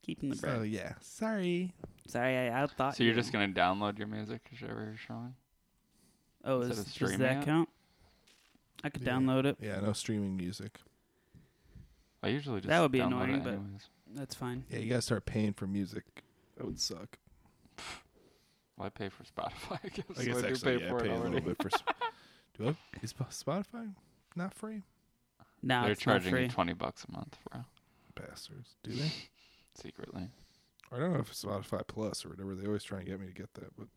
keeping the bread.
So yeah, sorry.
Sorry, I, I thought.
So you're
you-
just gonna download your music as you're showing?
Oh,
instead
is,
of
does
streaming
that
it?
count? I could
Yeah.
download it.
Yeah, no streaming music.
I usually just
That would be
download
annoying,
it
but-
anyways.
That's fine.
Yeah, you gotta start paying for music. That would suck.
Well, I pay for Spotify. I guess,
I guess
do
actually,
pay
yeah,
for
pay
it
a
already.
little bit for. Sp- Do I? Is Sp- Spotify not free?
Now
They're
it's
charging
not
you
free.
twenty bucks a month, bro.
Bastards. Do they?
Secretly.
I don't know if it's Spotify Plus or whatever. They always try and get me to get that, but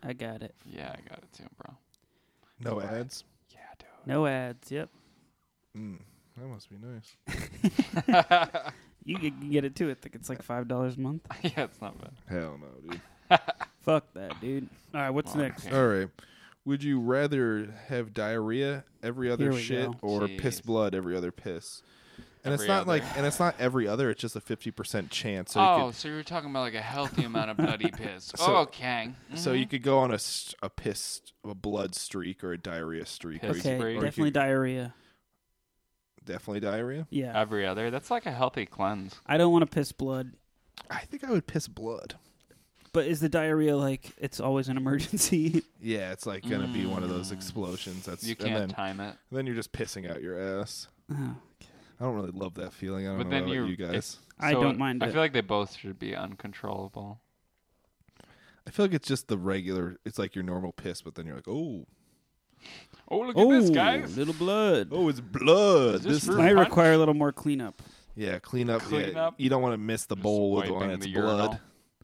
I got it.
Yeah, I got it too, bro.
no
What?
ads.
Yeah, dude.
No ads. Yep.
Mm, that must be nice.
You can get it too. I think it's like five dollars a month.
yeah, it's not bad.
Hell no, dude.
Fuck that, dude. All right, what's
Well,
next?
okay.
All right. Would you rather have diarrhea every
Here
other
we
shit
go.
or piss
Jeez.
blood every other piss? And
Every
it's not like,
other.
and it's not every other. It's just a fifty percent chance. So
oh,
you
so you were talking about like a healthy amount of bloody piss. Oh,
So-
okay.
could, so you
Mm-hmm.
could go on a s- a piss a blood streak or a diarrhea streak. or you
Piss
Okay,
could-
break.
or you
definitely
could-
diarrhea.
definitely diarrhea.
Yeah,
Every other. That's like a healthy cleanse.
I don't want to piss blood.
I think I would piss blood.
But is the diarrhea like it's always an emergency?
Yeah, it's like gonna be one of those explosions. That's
Mm. You
and
can't
then,
time it.
then you're just pissing out your ass.
Oh,
I don't really love that feeling. I don't
But
know
then
about
you-
you guys.
I
So
don't mind
I
it.
feel like they both should be uncontrollable.
I feel like it's just the regular. It's like your normal piss, but then you're like, oh,
Oh, look
Oh,
at this, guys.
little blood.
Oh, it's blood.
Is this
This
for-
Might
punch?
require a little more cleanup.
yeah, clean up.
Clean
yeah,
up.
You don't want to miss the bowl with
Wiping
one. It's
the
blood.
urinal.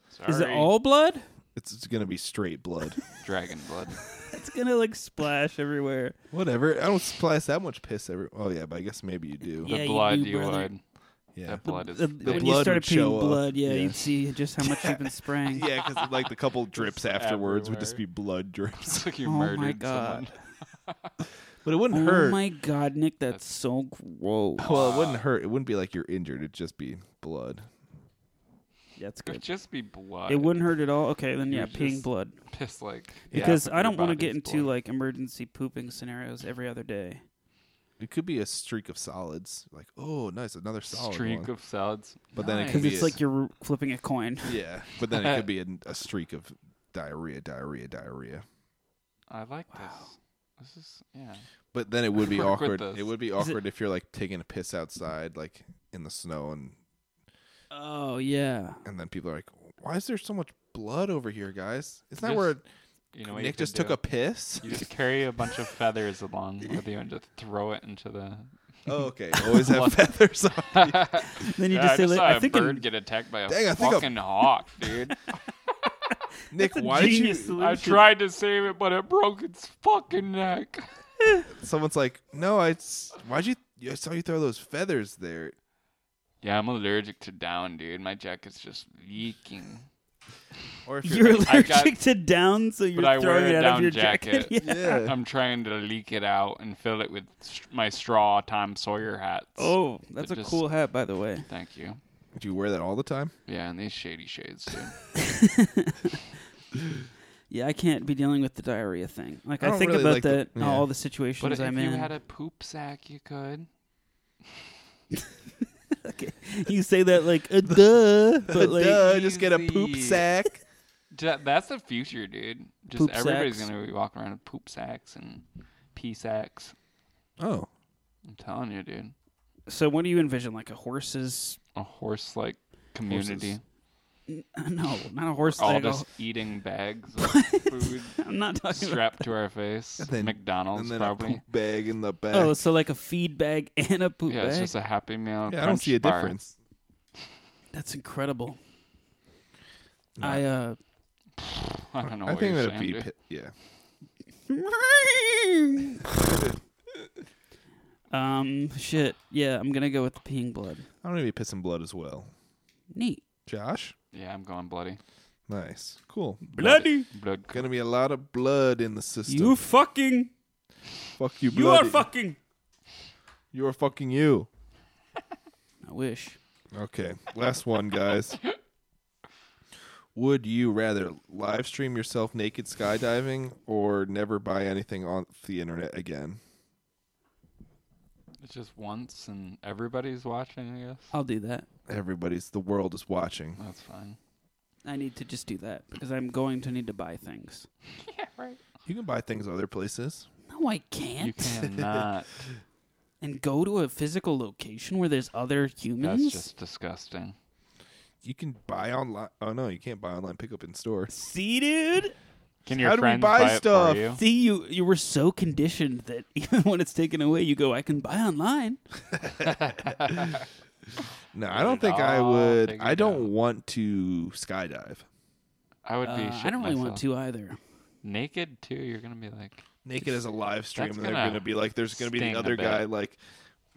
Sorry.
Is it all blood?
It's, it's gonna be straight blood.
dragon blood?
It's gonna like splash everywhere.
Whatever. I don't splash that much piss every. Oh yeah, but I guess maybe you do.
Yeah,
the
you
blood
do,
you
brother.
would.
Yeah.
That blood is.
The-
thick.
when you
blood
started
would show
peeing
up.
blood, yeah,
Yeah.
you'd see just how much you've been spraying.
Yeah, because like the couple drips afterwards would just be
everywhere.
blood drips,
It's like you
Oh my
murdered
God.
someone.
but it wouldn't
Oh
hurt.
my god, Nick, that's so gross.
Oh,
Well, it wouldn't hurt. It wouldn't be like you're injured. It'd just be blood.
That's
It would
good.
just be blood.
It wouldn't hurt at all. Okay, then
You
yeah,
would
peeing
just-
blood.
piss like.
Yeah.
Because I
Your
don't want to
body's
get into
blood.
like emergency pooping scenarios every other day.
It could be a streak of solids. Like, oh, nice, another solid
streak
one.
of salads.
but then it
Because
could be
it's
a-
like you're flipping a coin.
yeah. But then it could be a, a streak of diarrhea, diarrhea, diarrhea.
I like this. This is yeah.
But then it would be
Work with
awkward.
this.
It would be awkward if you're like taking a piss outside, like in the snow, and
Oh yeah.
and then people are like, "Why is there so much blood over here, guys? It's not
Just-
where
You know what you
Nick
can
just took
do?
a piss."
You just carry a bunch of feathers along with you and just throw it into the.
oh, okay. Always have feathers on. you.
Then you
Yeah,
just
I
say,
just
like,
saw
I
a
think in-
bird get attacked by a
Dang, I think I'm-
fucking hawk, dude.
Nick,
That's a
why did you?
genius solution.
I tried to save it, but it broke its fucking neck.
Someone's like, "No, I. s- Why'd you? I saw you throw those feathers there."
Yeah, I'm allergic to down, dude. My jacket's just leaking.
Or if
You're
I
allergic
got-
to down, so you're
but I
throwing
wear
it
a
out of
down
your jacket.
jacket.
Yeah.
yeah.
I'm trying to leak it out and fill it with st- my straw Tom Sawyer hats.
Oh, that's a
just-
cool hat, by the way.
Thank you.
Do you wear that all the time?
Yeah, and these shady shades, dude.
Yeah, I can't be dealing with the diarrhea thing. Like
I
I,
don't
think
really
about
like the-
that
yeah.
all the
but
situations
if
I'm
you
in.
had a poop sack, you could.
you say that like a duh, but like
Duh, just get a poop
easy.
sack.
Ju- That's the future, dude. Just
Poop
everybody's
sacks.
gonna be walking around with poop sacks and pee sacks.
Oh,
I'm telling you, dude.
So what do you envision? Like a horse's?
A horse-like community,
Horses.
No, not a horse.
all
like a-
just eating bags of food
I'm not talking about.
strapped to our face.
And then-
McDonald's
and then a
probably.
poop bag in the back.
Oh, so like a feed bag and a poop
yeah,
bag.
it's just a Happy Meal.
yeah, I don't
Crunch
see a
bar.
difference.
That's incredible. I uh.
I don't know.
I
what
think
you're
that'd
saying,
be
dude.
pi- yeah.
um. Shit. Yeah, I'm gonna go with the peeing blood.
I'm gonna be pissing blood as well.
Neat.
Josh,
Yeah, I'm going bloody.
nice, cool.
Bloody.
Blood.
Gonna be a lot of blood in the system.
You fucking.
fuck you,
You are
bloody.
fucking.
You are fucking you.
I wish.
Okay, last one, guys. Would you rather live stream yourself naked skydiving or never buy anything off the internet again?
It's just once, and everybody's watching. I guess
I'll do that.
Everybody's the world is watching.
that's fine.
I need to just do that because I'm going to need to buy things.
You can buy things other places.
No, I can't.
You cannot.
And go to a physical location where there's other humans.
that's just disgusting.
You can buy online. Oh no, you can't buy online. Pick up in store.
See, dude.
Can
How
your
do we
friends
buy
buy
stuff?
it for you?
See, you you were so conditioned that even when it's taken away, you go, I can buy online.
No, I don't
it
think I
all
would.
figured
I don't
out.
want to skydive
I would be.
Uh,
shitting
I don't really want
myself.
to either.
Naked too. You're gonna be like,
naked as a live stream.
That's
And they're
gonna
gonna be like, there's gonna be
sting
the
a
other
bit.
guy like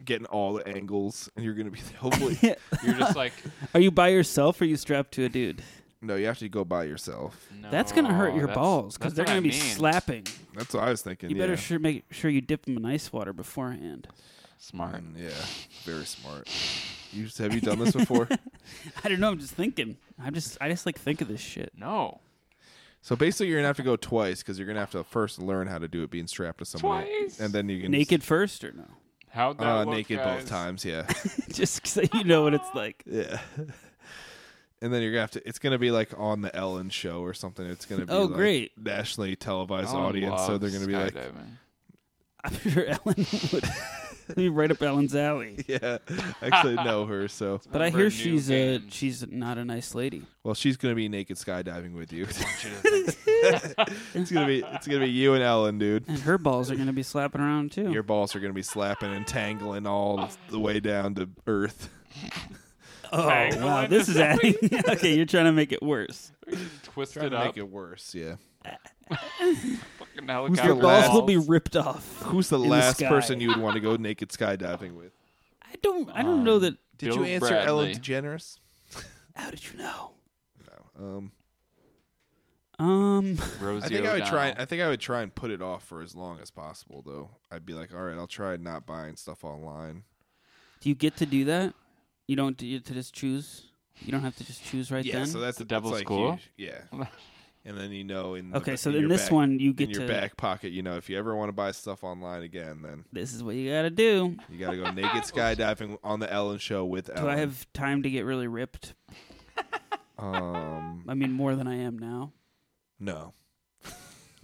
getting all the angles, and you're gonna be hopefully.
you're just like,
Are you by yourself or are you strapped to a dude?
no, you have to go by yourself.
no,
that's going to hurt your
that's-
balls because
that's
they're
what I
going to be
mean.
slapping.
That's what I was thinking.
You better
yeah.
sure make sure you dip them in ice water beforehand.
Smart.
Mm, yeah, very smart. You just- have you done this before?
I don't know. I'm just thinking. I'm just I just like think of this shit.
No.
so basically, you're gonna have to go twice because you're gonna have to first learn how to do it being strapped to somebody,
Twice?
and then you can
Naked first or no?
How'd that
uh,
look,
naked
guys?
both times. Yeah,
just so you know what it's like.
yeah. And then you're gonna have to. It's gonna be like on the Ellen show or something. It's gonna be
Oh,
like,
great.
nationally televised
Ellen
audience. So
loves
they're gonna be like,
skydiving.
I'm sure Ellen would. Be right up Ellen's alley.
yeah, I actually know her. So,
But I
Remember
hear
New
she's uh, a
Game.
she's not a nice lady.
well, she's gonna be naked skydiving with you. it's gonna be it's gonna be you and Ellen, dude.
And her balls are gonna be slapping around too.
Your balls are gonna be slapping and tangling all the way down to earth.
oh
Tangling?
wow, this is adding. okay, you're trying to make it worse.
Twist
Trying
it
to
up.
make it worse. Yeah.
Fucking
Your
Your
helicopter
balls
last-
will be ripped off.
Who's the
In the
last
sky.
person you would want to go naked skydiving with?
I don't. I don't
Um.
know that.
Did
Bill
you answer Ellen
Bradley.
DeGeneres?
How did you know?
Um,
Um.
Rosie
I think I would try.
O'Donnell.
I think I would try and put it off for as long as possible. Though I'd be like, all right, I'll try not buying stuff online.
Do you get to do that? You don't do you to just choose. You don't have to just choose right
yeah,
then.
so that's
The
that's
devil's
like
cool.
you- yeah, and then you know in the-
okay, so
your
in this
back-
one you get
in
to.
your back pocket, you know, if you ever want to buy stuff online again, then
This is what you gotta do.
you got to go naked skydiving on the Ellen Show with Ellen.
Do I have time to get really ripped?
Um,
I mean, more than I am now.
no.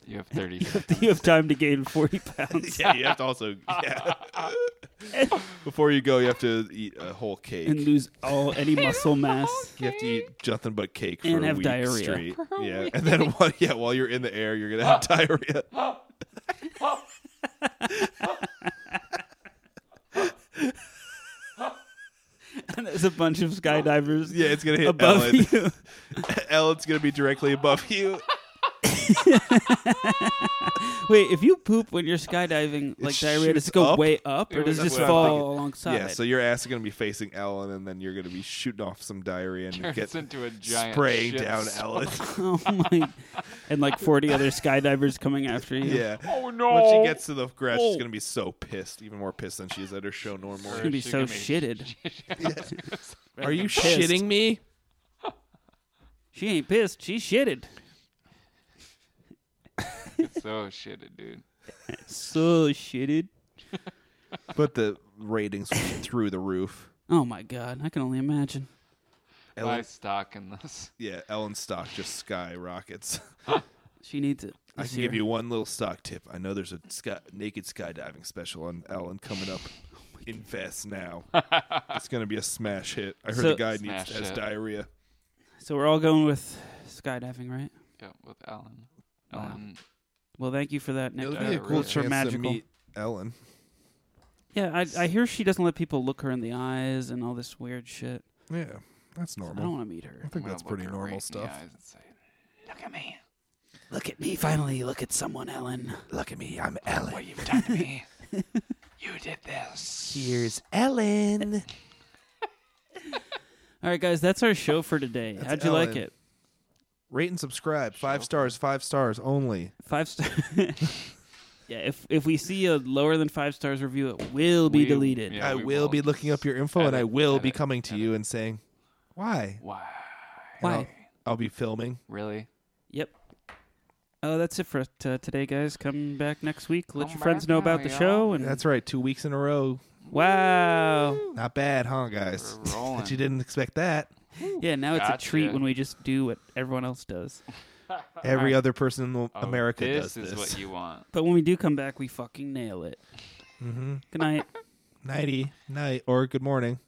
You have 30 seconds.
you have time to gain forty pounds,
Yeah, you have to also. Yeah. Before you go, you have to eat a whole cake.
and lose all any muscle mass.
You have to eat nothing but cake for
And
a
have
week
diarrhea.
straight. yeah, and then while, yeah, while you're in the air, you're gonna have diarrhea.
and there's a bunch of skydivers.
Yeah, it's gonna hit
above
Ellen.
you.
Ellen's gonna be directly above you.
Wait, if you poop when you're skydiving, like diarrhea, does
shoots
it go
up.
way up, or
It
does it
was-
just
that's what I'm
fall
thinking.
alongside?
yeah, so your ass is gonna be facing Ellen, and then you're gonna be shooting off some diarrhea and you
Turns
get
into a giant
spraying
shit
down
storm.
Ellen.
oh my! And like forty other skydivers coming after you.
yeah.
Oh no!
When she gets to the grass, she's
Oh.
gonna be so pissed, even more pissed than she is at her show
It's
normally.
gonna be
She's
so
gonna be-
shitted.
Are you
Pissed.
shitting me?
She ain't pissed. She shitted.
so shitted, dude.
So shitted.
But the ratings went through the roof.
Oh my god! I can only imagine.
Buy
Ellen,
stock in this.
yeah, Ellen's stock just skyrockets.
She needs it.
I
this
can give
year.
you one little stock tip. I know there's a sky, naked skydiving special on Ellen coming up. Invest now. it's gonna be a smash hit. I heard
So-
the guy
Smash
needs has
hit.
diarrhea.
So we're all going with skydiving, right?
Yeah, with Alan. Alan.
Well, thank you for that. Nick. Uh,
It'll be a cool
It's for
chance
magical.
Ellen.
Yeah, I, I hear she doesn't let people look her in the eyes and all this weird shit.
Yeah, that's
I don't
normal.
want to meet
I
her.
think that's pretty normal stuff.
Look at me.
Look at me. Finally, look at someone, Ellen.
Look at me, I'm Ellen.
What you've done to me. you did this.
Here's Ellen.
All right, guys, that's our show for today.
That's
How'd you like
Ellen.
it?
Rate and subscribe. Five stars. Five stars only.
Five stars. yeah, if if we see a lower than five stars review, it will be
We-
deleted.
yeah.
I
we
will,
will.
be looking up your info, and I
Edit,
will be
edit,
coming to you and saying, "Why?
Wow.
Why?
I'll be filming."
Really?
Yep. Oh, that's it for us, uh, today, guys. Come back next week. Let
Come
your friends
back
know
now,
about the
y'all.
show. And
That's right. Two weeks in a row.
wow.
Not bad, huh, guys?
We're rolling.
But you didn't expect that.
Yeah, now it's
Gotcha.
a treat when we just do what everyone else does.
Every other person in the-
Oh,
America does
this
this.
is what you want.
But when we do come back, we fucking nail it. Mm-hmm. Good night.
Nighty, night, or good morning.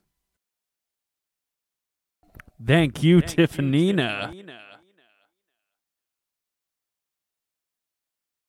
Thank you, Tiffanina.
Nina.